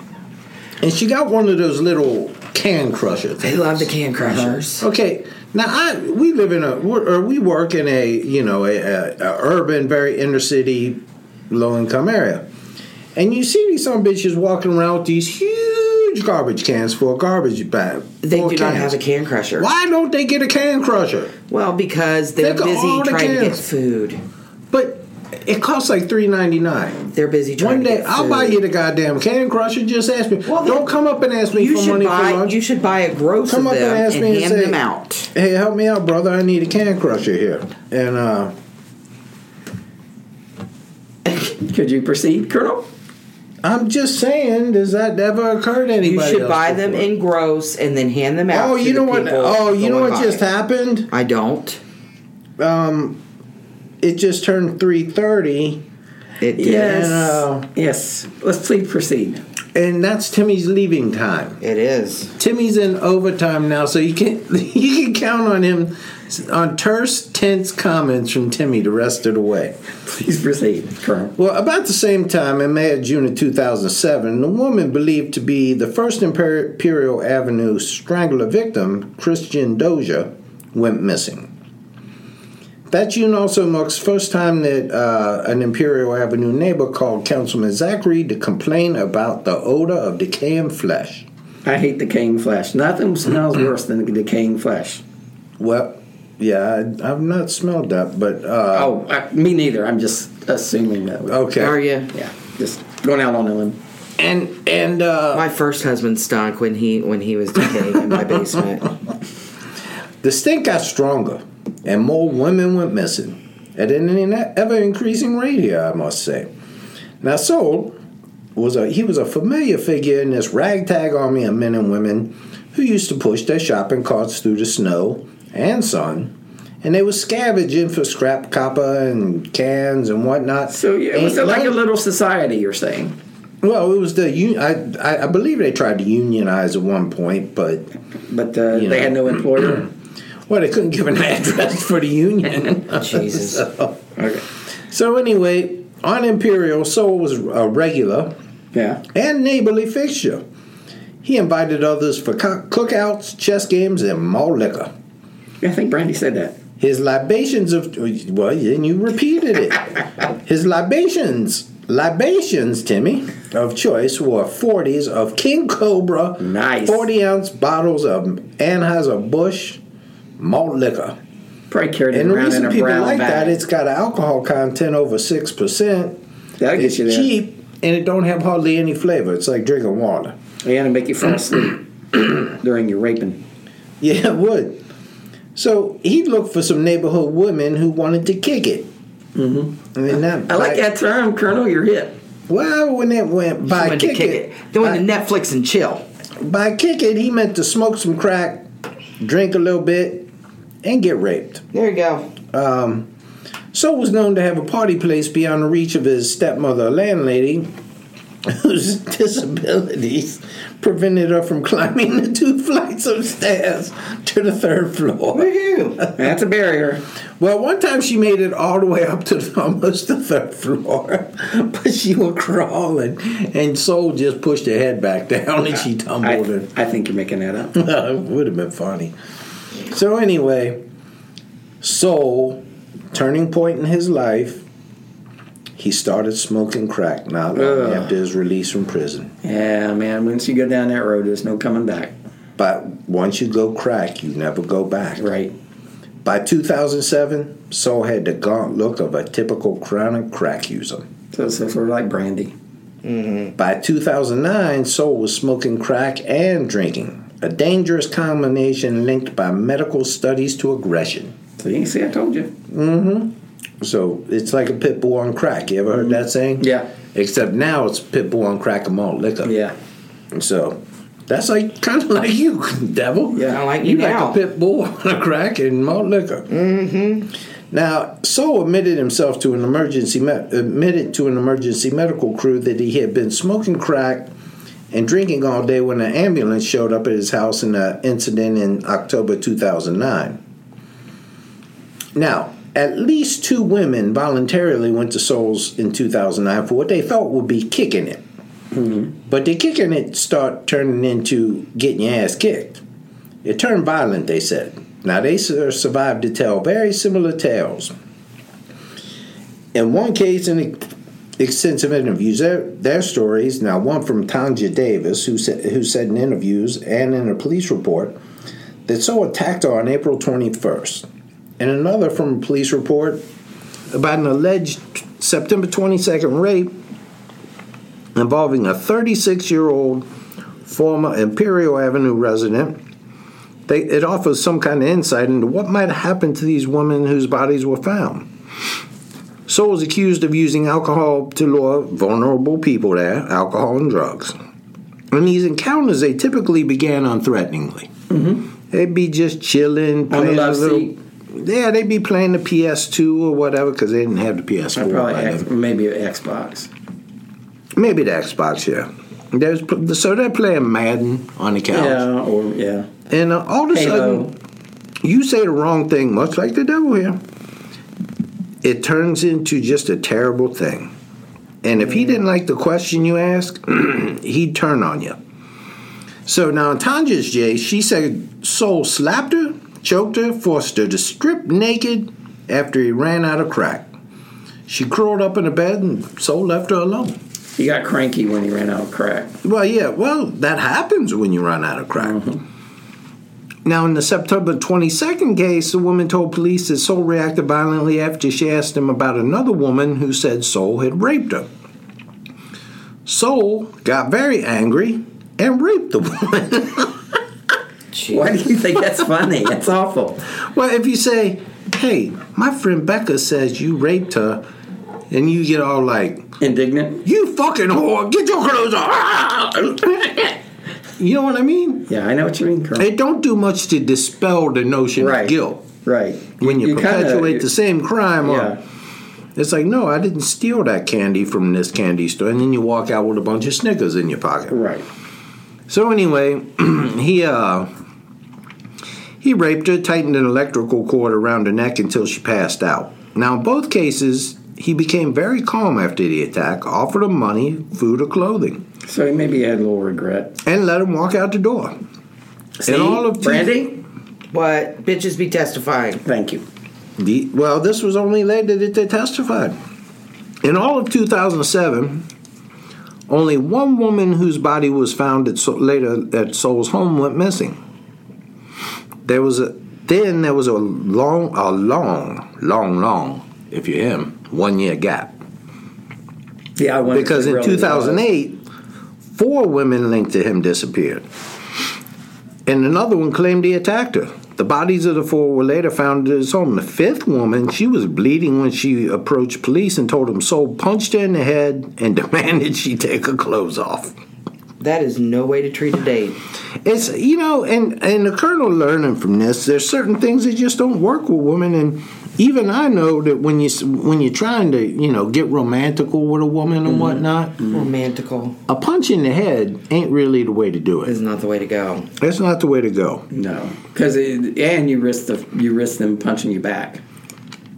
S4: and she got one of those little can crusher
S3: They
S4: things.
S3: love the can crushers.
S4: Okay, now I we live in a we're, or we work in a you know a, a, a urban, very inner city, low income area, and you see these some bitches walking around with these huge garbage cans full of garbage bag.
S3: They
S4: full
S3: do
S4: of
S3: not
S4: cans.
S3: have a can crusher.
S4: Why don't they get a can crusher?
S3: Well, because they're
S4: Think of
S3: busy
S4: all the
S3: trying to get
S4: cans.
S3: food.
S4: But it costs like three ninety nine.
S3: They're busy trying
S4: One
S3: to
S4: day
S3: get
S4: I'll
S3: food.
S4: buy you the goddamn can crusher. Just ask me.
S3: Well, then-
S4: don't come up and ask me
S3: you
S4: for
S3: should
S4: money
S3: buy,
S4: for lunch.
S3: You should buy a gross
S4: Come
S3: of
S4: up and
S3: them and,
S4: ask me and
S3: hand
S4: say-
S3: them out.
S4: hey, help me out, brother. I need a can crusher here. And uh,
S5: Could you proceed, Colonel?
S4: I'm just saying, does that ever occur to
S3: You
S4: anybody?
S3: should
S4: else
S3: buy them
S4: before?
S3: in gross and then hand them out.
S4: Oh,
S3: to
S4: you
S3: the
S4: know what?
S3: people
S4: Oh, you know
S3: going
S4: what
S3: by.
S4: just happened?
S3: I don't.
S4: Um, it just turned three thirty,
S3: It did.
S5: Yes.
S4: know.
S5: Yes. Let's please proceed.
S4: and that's Timmy's leaving time.
S3: It is.
S4: Timmy's in overtime now, so you can you can count on him on terse, tense comments from Timmy the rest of the way.
S5: Please proceed, Colonel.
S4: Well, about the same time in May or June of 2007, the woman believed to be the first Imper- Imperial Avenue strangler victim, Christian Doja, went missing. That June also marks the first time that uh, an Imperial Avenue neighbor called Councilman Zachary to complain about the odor of decaying flesh.
S5: I hate decaying flesh. Nothing smells worse than decaying flesh.
S4: Well, yeah, I, I've not smelled that, but uh,
S5: Oh, I, me neither. I'm just assuming that. was-
S4: okay.
S3: Are you?
S5: Yeah. Just going out on a limb.
S4: And and uh,
S3: My first husband stunk when he when he was decaying in my basement.
S4: The stink got stronger, and more women went missing at an ever increasing rate here, I must say. Now, Soul was a he was a familiar figure in this ragtag army of men and women who used to push their shopping carts through the snow and sun, and they were scavenging for scrap copper and cans and whatnot.
S5: So yeah, it was
S4: Ain't
S5: like a
S4: none-
S5: little society. You're saying.
S4: Well, it was the un- I, I I believe they tried to unionize at one point, but
S5: But uh,
S4: You
S5: they
S4: know.
S5: had no employer.
S4: well, they couldn't give an address for the union.
S3: Jesus.
S5: okay.
S4: So anyway, on Imperial, Soul was a regular
S5: Yeah.
S4: and neighborly fixture. He invited others for co- cookouts, chess games, and more liquor.
S5: I think Brandy said that.
S4: His libations of well, and you repeated it. His libations, libations, Timmy, of choice were forties of King Cobra,
S5: Nice.
S4: forty ounce bottles of Anheuser Busch malt liquor.
S5: Probably carried it
S4: And the
S5: around in
S4: reason
S5: a
S4: people
S5: brown
S4: like
S5: bag.
S4: that, it's got an alcohol content over six percent.
S5: That'll get
S4: It's
S5: you there.
S4: cheap and it don't have hardly any flavor. It's like drinking water.
S5: Yeah, it'll make you fall asleep during your raping.
S4: Yeah, it would. So he looked for some neighborhood women who wanted to kick it. Mm-hmm. I mean, not
S5: I like
S4: by-
S5: that term, Colonel. You're hip.
S4: Well, when it went by
S3: Someone to
S4: kick, it,
S3: Doing
S4: Uh,
S3: the Netflix and chill.
S4: by kick it, he meant to smoke some crack, drink a little bit, and get raped.
S3: There you go.
S4: Um, So was known to have a party place beyond the reach of his stepmother landlady, whose disabilities prevented her from climbing the two flights of stairs to the third floor.
S3: Woohoo!
S5: That's a barrier.
S4: Well, one time she made it all the way up to the- almost the third floor, but she was crawling, and Soul just pushed her head back down and she
S5: I,
S4: tumbled and
S5: I think you're making that up.
S4: it would have been funny. So anyway, Soul, turning point in his life, he started smoking crack not long
S5: Ugh.
S4: after his release from prison.
S5: yeah, man. Once you go down that road, there's no coming back.
S4: But once you go crack, you never go back.
S5: Right.
S4: By 2007, Soul had the gaunt look of a typical chronic crack user.
S5: So, so sort of like Brandy.
S4: By 2009, Soul was smoking crack and drinking, a dangerous combination linked by medical studies to aggression. Mm-hmm.
S5: So you see, I told you.
S4: So it's like a pit bull on crack. You ever heard that saying?
S5: Mm-hmm. Yeah.
S4: Except now it's pit bull on crack and malt liquor.
S5: Yeah.
S4: So that's like kind of like you, devil.
S5: Yeah.
S3: I like you
S4: You like
S3: now.
S4: a pit bull on a crack and malt liquor. Mm-hmm. Now, Soul admitted himself to an emergency me- admitted to an emergency medical crew that he had been smoking crack and drinking all day when an ambulance showed up at his house in an incident in October 2009. Now, at least two women voluntarily went to Souls in 2009 for what they felt would be kicking it. But the kicking it start turning into getting your ass kicked. It turned violent, they said. Now, they sur- survived to tell very similar tales. In one case, in extensive interviews, their, their stories, now one from Tanja Davis, who said, who said in interviews and in a police report that Soul attacked her on April 21st, and another from a police report about an alleged September 22nd rape involving a 36 year old former Imperial Avenue resident. They, it offers some kind of insight into what might happen to these women whose bodies were found.
S5: So was accused of using alcohol to lure vulnerable people there, alcohol and drugs. And these encounters, they typically began unthreateningly. They'd be just chilling,
S2: Mm-hmm. On the
S5: playing a
S2: love
S5: little.
S2: seat.
S5: Yeah, they'd be playing the PS2 or whatever because they didn't have the PS4.
S2: I probably
S5: by then.
S2: X, maybe an Xbox.
S5: Maybe the Xbox, yeah. There's pl- so they're playing Madden on the couch,
S2: Yeah, or yeah.
S5: and uh, all of a
S2: Halo.
S5: sudden, you say the wrong thing, much like the devil here. It turns into just a terrible thing, and if he didn't like the question you asked, he'd turn on you. So now, in Tanja's Jay, she said Soul slapped her, choked her, forced her to strip naked after he ran out of crack. She curled up in the bed, and Soul left her alone.
S2: He got cranky when he ran out of crack.
S5: Well, yeah, well, that happens when you run out of crack. Mm-hmm. Now, in the September 22nd case, the woman told police that Soul reacted violently after she asked him about another woman who said Soul had raped her. Soul got very angry and raped the woman.
S2: Why do you think that's funny? That's awful.
S5: well, if you say, hey, my friend Becca says you raped her, and you get all like,
S2: Indignant.
S5: you fucking whore, get your clothes off. you know what I mean?
S2: Yeah, I know what you mean, Colonel.
S5: It don't do much to dispel the notion
S2: Right.
S5: of guilt
S2: Right.
S5: when you, perpetuate the same crime.
S2: Yeah.
S5: On. It's like, no, I didn't steal that candy from this candy store, and then you walk out with a bunch of Snickers in your pocket.
S2: Right.
S5: So anyway, he uh, he raped her, tightened an electrical cord around her neck until she passed out. Now, in both cases, he became very calm after the attack, offered her money, food, or clothing,
S2: So he maybe had a little regret.
S5: and let him walk out the door.
S2: See?
S5: all of these-
S2: Brandy.
S3: But bitches be testifying.
S2: Thank you.
S5: The, well, this was only later that they testified. In all of 2007, only one woman whose body was found at so, later at Soul's home went missing. There was a then there was a long, a long, long, long, if you're him, one year gap
S2: Yeah, I wonder if
S5: because
S2: it
S5: in
S2: really was.
S5: 2008, four women linked to him disappeared, and another one claimed he attacked her. The bodies of the four were later found at his home. The fifth woman, she was bleeding when she approached police and told them Soul punched her in the head and demanded she take her clothes off.
S3: That is no way to treat a date.
S5: It's you know, and and the colonel learning from this, there's certain things that just don't work with women, and even I know that when you s- when you're trying to you know get romantical with a woman and whatnot,
S3: Romantical
S5: a punch in the head ain't really the way to do
S3: is
S5: it.
S3: not the way to go.
S5: That's not the way to go.
S2: No, because and you risk the you risk them punching you back.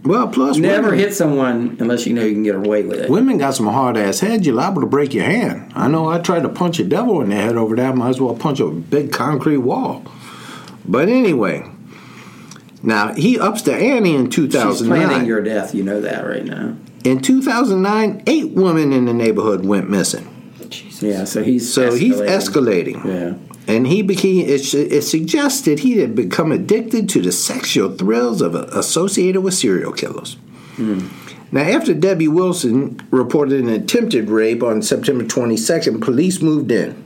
S5: Well, plus
S2: Never
S5: women,
S2: hit someone unless you know you can get away with it.
S5: Women got some hard ass head. You're liable to break your hand. I know. I tried to punch a devil in the head over there. I might as well punch a big concrete wall. But anyway, now he ups the ante in
S2: She's planning
S5: 2009.
S2: your death. You know that right now.
S5: in 2009, eight women in the neighborhood went missing.
S2: Yeah, so he's
S5: So he's
S2: escalating.
S5: escalating.
S2: Yeah,
S5: and he became it, it suggested he had become addicted to the sexual thrills of associated with serial killers
S2: Hmm.
S5: now after debbie wilson reported an attempted rape on september 22nd police moved in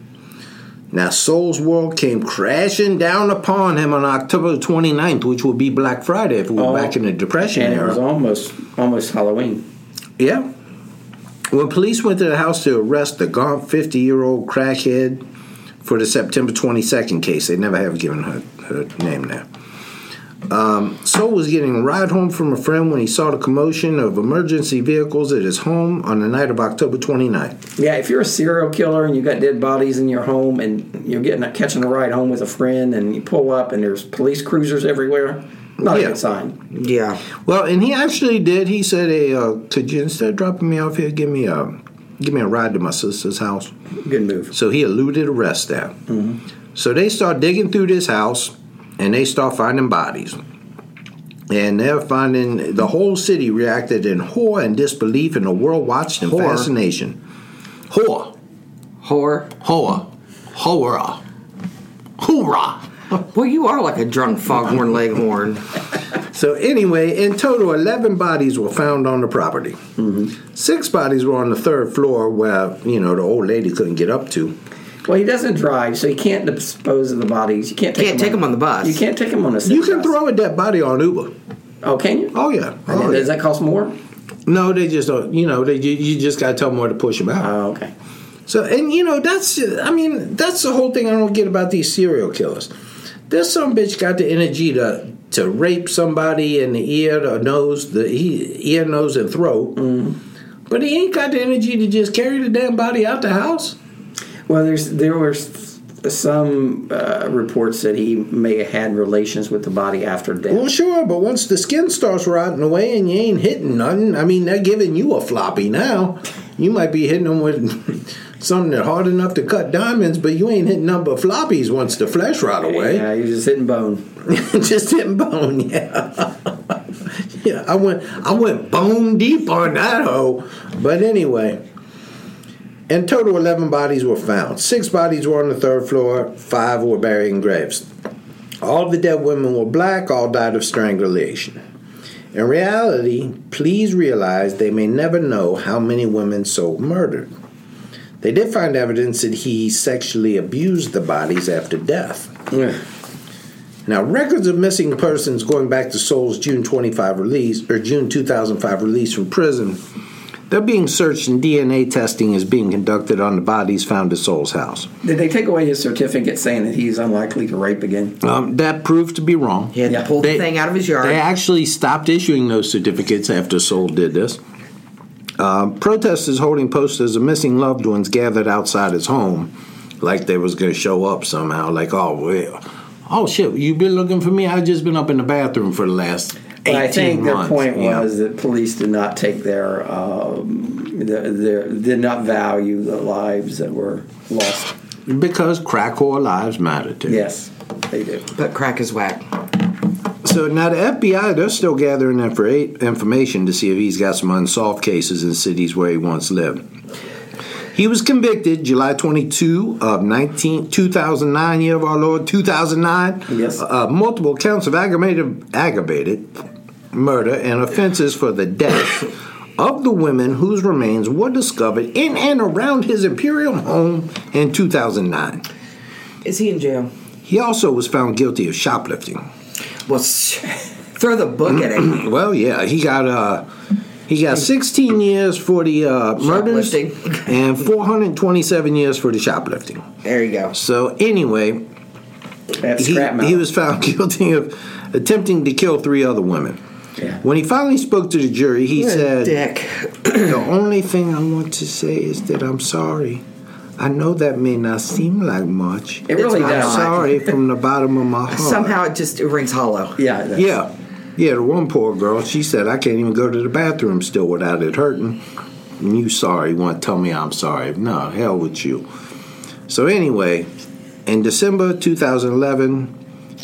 S5: now soul's world came crashing down upon him on october 29th which would be black friday if we were
S2: Oh,
S5: back in the depression
S2: and it
S5: era
S2: was almost almost Halloween.
S5: yeah. When police went to the house to arrest the gaunt 50 year old crackhead for the September 22nd case, they never have given her, her name now. Um, Soul was getting a ride home from a friend when he saw the commotion of emergency vehicles at his home on the night of October 29th.
S2: Yeah, if you're a serial killer and you got dead bodies in your home and you're getting a, catching a ride home with a friend and you pull up and there's police cruisers everywhere, not a
S5: Yeah.
S2: good sign.
S3: Yeah.
S5: Well, and he actually did. He said, "Hey, uh, could you instead of dropping me off here, give me a give me a ride to my sister's house?"
S2: Good move. Mm-hmm.
S5: So he eluded arrest there. So they start digging through this house and they start finding bodies. And they're finding the whole city reacted in horror and disbelief, and the world watched in fascination. Horror.
S3: Whore.
S5: Horror. Horror. Hoorah.
S3: Well, you are like a drunk foghorn leghorn.
S5: So, anyway, in total, 11 bodies were found on the property.
S2: Mm-hmm.
S5: Six bodies were on the third floor where, you know, the old lady couldn't get up to.
S2: Well, he doesn't drive, so you can't dispose of the bodies. You can't take,
S3: Can't take 'em on the bus.
S2: You can't take them on a.
S5: You can
S2: bus.
S5: throw a dead body on Uber.
S2: Oh, can you?
S5: Oh, yeah.
S2: I didn't-
S5: Oh, yeah.
S2: Does that cost more?
S5: No, they just don't. You know, they you, you just got to tell them where to push them out.
S2: Oh, okay.
S5: So, and you know, that's I mean, that's the whole thing I don't get about these serial killers. This some bitch got the energy to to rape somebody in the ear, the nose, the e- ear, nose, and throat, but he ain't got the energy to just carry the damn body out the house.
S2: Well, there's there were s- some uh, reports that he may have had relations with the body after death.
S5: Well, sure, but once the skin starts rotting away and you ain't hitting nothing, I mean, they're giving you a floppy now. You might be hitting them with something that hard enough to cut diamonds, but you ain't hitting nothing but floppies once the flesh rot away.
S2: Yeah, he was just hitting bone.
S5: just in bone, yeah. yeah, I went I went bone deep on that hoe. But anyway. In total eleven bodies were found. Six bodies were on the third floor, five were buried in graves. All the dead women were black, all died of strangulation. In reality, please realize they may never know how many women Soul murdered. They did find evidence that he sexually abused the bodies after death. Now, records of missing persons going back to Seoul's June 25 release or June 2005 release from prison, they're being searched and DNA testing is being conducted on the bodies found at Seoul's house.
S2: Did they take away his certificate saying that he's unlikely to rape again?
S5: Um, that proved to be wrong.
S3: He had
S2: Yeah.
S3: to pull the thing out of his yard.
S5: They actually stopped issuing those certificates after Seoul did this. Um, protesters holding posters of missing loved ones gathered outside his home, like they was going to show up somehow. Like, oh well, oh shit, you been looking for me? I just been up in the bathroom for the last
S2: But
S5: eighteen
S2: I think their
S5: months.
S2: point
S5: you know?
S2: was that police did not take their, um, their, their did not value the lives that were lost.
S5: because crack whore lives matter too.
S2: Yes, they do.
S3: but crack is whack.
S5: So now the FBI, they're still gathering infor- information to see if he's got some unsolved cases in cities where he once lived. He was convicted July 22 of 19, 2009, year of our Lord, 2009.
S2: Yes.
S5: Uh, multiple counts of aggravated, aggravated murder and offenses for the death of the women whose remains were discovered in and around his imperial home in 2009.
S3: Is he in jail?
S5: He also was found guilty of shoplifting.
S3: Well, s- throw the book at him.
S5: Well, yeah, he got uh, he got 16 years for the uh, murders
S3: Shoplifting.
S5: and 427 years for the shoplifting.
S3: There you go.
S5: So anyway,
S2: That
S5: he,
S2: scrap metal.
S5: he was found guilty of attempting to kill three other women.
S2: Yeah.
S5: When he finally spoke to the jury, he
S3: What a
S5: said,
S3: dick.
S5: "The only thing I want to say is that I'm sorry. I know that may not seem like much.
S2: It really
S3: It's
S2: does.
S3: not.
S5: sorry from the bottom of my heart."
S3: Somehow it just it rings hollow.
S2: Yeah. that's-
S5: Yeah. Yeah, the one poor girl, she said, I can't even go to the bathroom still without it hurting. And you sorry, want to tell me I'm sorry. No, hell with you. So, anyway, in December 2011,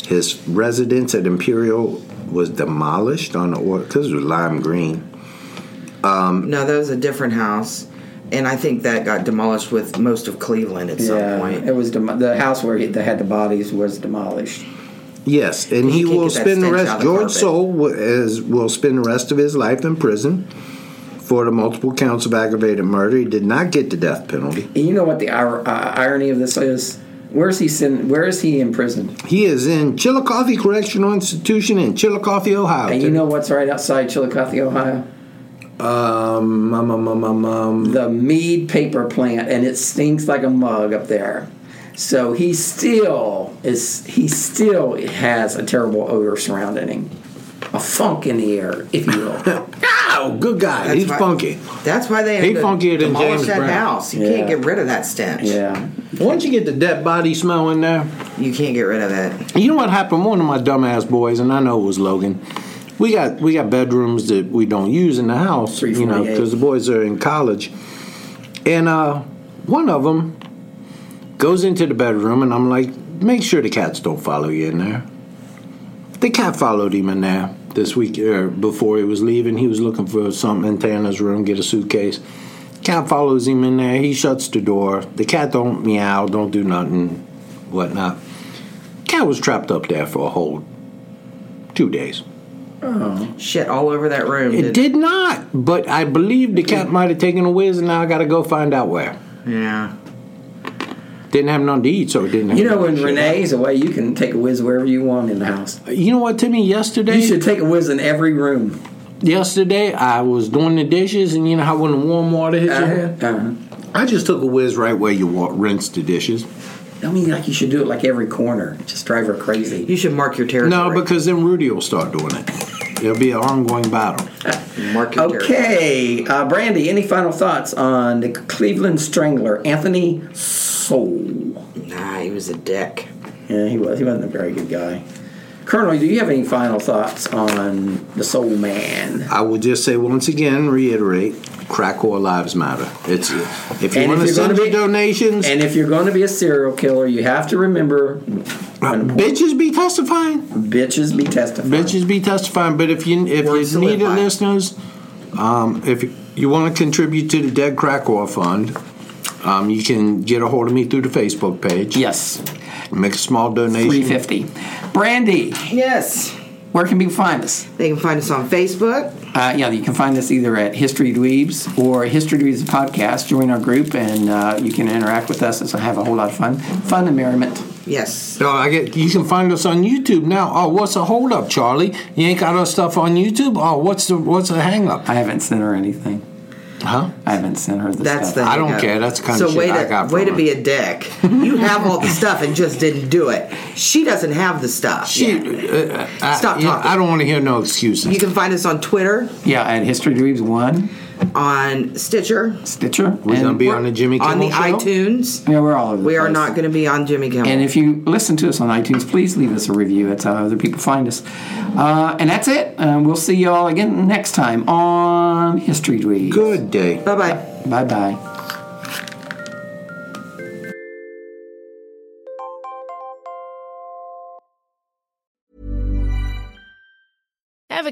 S5: his residence at Imperial was demolished on the order, because it was lime green.
S3: No, that was a different house, and I think that got demolished with most of Cleveland at
S2: Yeah,
S3: some point.
S2: it was dem- the house where he, they had the bodies was demolished.
S5: Yes, and
S3: You
S5: he
S3: can't
S5: will
S3: get that
S5: spend the
S3: stench out
S5: rest.
S3: of the
S5: George
S3: carpet.
S5: Soul will, is, will spend the rest of his life in prison for the multiple counts of aggravated murder. He did not get the death penalty.
S2: And you know what the ir- uh, irony of this is? Where is he sin- Where is he imprisoned?
S5: He is in Chillicothe Correctional Institution in Chillicothe, Ohio.
S2: And you know what's right outside Chillicothe, Ohio?
S5: um, um, um, um, um, um,
S2: The Mead paper plant, and it stinks like a mug up there. So he still is. He still has a terrible odor surrounding him, a funk in the air, if you will.
S5: ow, good guy.
S3: That's
S5: He's
S3: why-
S5: funky.
S3: That's why they had
S5: He
S3: to
S5: funkier than
S3: demolish
S5: James
S3: that
S5: Brown.
S3: house. You
S2: Yeah.
S3: can't get rid of that stench.
S2: yeah.
S5: Once you get the dead body smell in there,
S3: You can't get rid of it.
S5: you know what happened? One of my dumbass boys, and I know it was Logan. We got we got bedrooms that we don't use in the house, you know,
S2: 348.
S5: because the boys are in college. And uh, one of them goes into the bedroom, and I'm like, make sure the cats don't follow you in there. The cat followed him in there this week or before he was leaving. He was looking for something in Tana's room, get a suitcase. Cat follows him in there. He shuts the door. The cat don't meow, don't do nothing, whatnot. Cat was trapped up there for a whole two days.
S3: Shit all over that room.
S5: It did not, but I believe the cat might have taken a whiz, and now I got to go find out where.
S3: Yeah.
S5: Didn't have nothing to eat, so it didn't. Have
S2: You know, when
S5: shit.
S2: Renee's away, you can take a whiz wherever you want in the house.
S5: You know what, Timmy? Yesterday,
S2: You should take a whiz in every room.
S5: yesterday I was doing the dishes, and you know how when the warm water hits your
S2: Uh-huh,
S5: head?
S2: uh-huh.
S5: I just took a whiz right where you wa- rinse the dishes.
S2: I mean, like you should do it like every corner. Just drive her crazy.
S3: You should mark your territory.
S5: No, because then Rudy will start doing it. It'll be an ongoing battle.
S3: mark your territory.
S2: Okay, uh, Brandy. Any final thoughts on the Cleveland Strangler, Anthony Soul?
S3: Nah, he was a dick.
S2: Yeah, he was. He wasn't a very good guy. Colonel, do you have any final thoughts on the Soul Man?
S5: I will just say once again, reiterate: Krakow lives matter. It's if you
S2: And
S5: want
S2: if you're
S5: to send
S2: gonna
S5: your
S2: be-
S5: donations,
S2: And if you're going to be a serial killer, you have to remember,
S5: bitches be testifying.
S2: bitches be testifying.
S5: Bitches be testifying, but if you if
S3: Words to
S5: you
S3: live
S5: need it,
S3: by.
S5: listeners, um, if you want to contribute to the Dead Krakow Fund, um, you can get a hold of me through the Facebook page.
S6: Yes,
S5: Make a small donation.
S6: three fifty. Brandy,
S3: Yes.
S6: where can people find us?
S3: They can find us on Facebook.
S6: Uh, yeah, you can find us either at History Dweebs or History Dweebs podcast. Join our group, and uh, you can interact with us. It's have a whole lot of fun, fun and merriment.
S3: Yes.
S5: Oh, I get. You can find us on YouTube now. Oh, what's the hold up, Charlie? You ain't got our stuff on YouTube. Oh, what's the what's the hang up?
S6: I haven't sent her anything.
S5: Huh?
S6: I haven't sent her this.
S3: That's the.
S6: stuff.
S5: I don't
S3: hiccup.
S5: care. That's the kind
S3: so
S5: of
S3: way
S5: shit
S3: to,
S5: I got
S3: Way
S5: from
S3: to
S5: her.
S3: be a dick. You have all the stuff and just didn't do it. She doesn't have the stuff.
S5: She, uh, I,
S3: Stop
S5: you know,
S3: talking.
S5: I don't want to hear no excuses.
S3: You can find us on Twitter,
S6: yeah, at History Dweebs one
S3: on Stitcher,
S6: Stitcher.
S5: We're
S6: and
S5: gonna be
S6: we're-
S5: on the Jimmy Kimmel
S3: on the
S5: show?
S3: iTunes.
S6: Yeah, we're all over. The
S3: We are
S6: place.
S3: not going to be on Jimmy Kimmel.
S6: And if you listen to us on iTunes, please leave us a review. That's how other people find us. Uh, and that's it. Um, we'll see you all again next time on History Dweebs.
S5: Good day.
S3: bye bye.
S6: Bye bye.
S1: Ever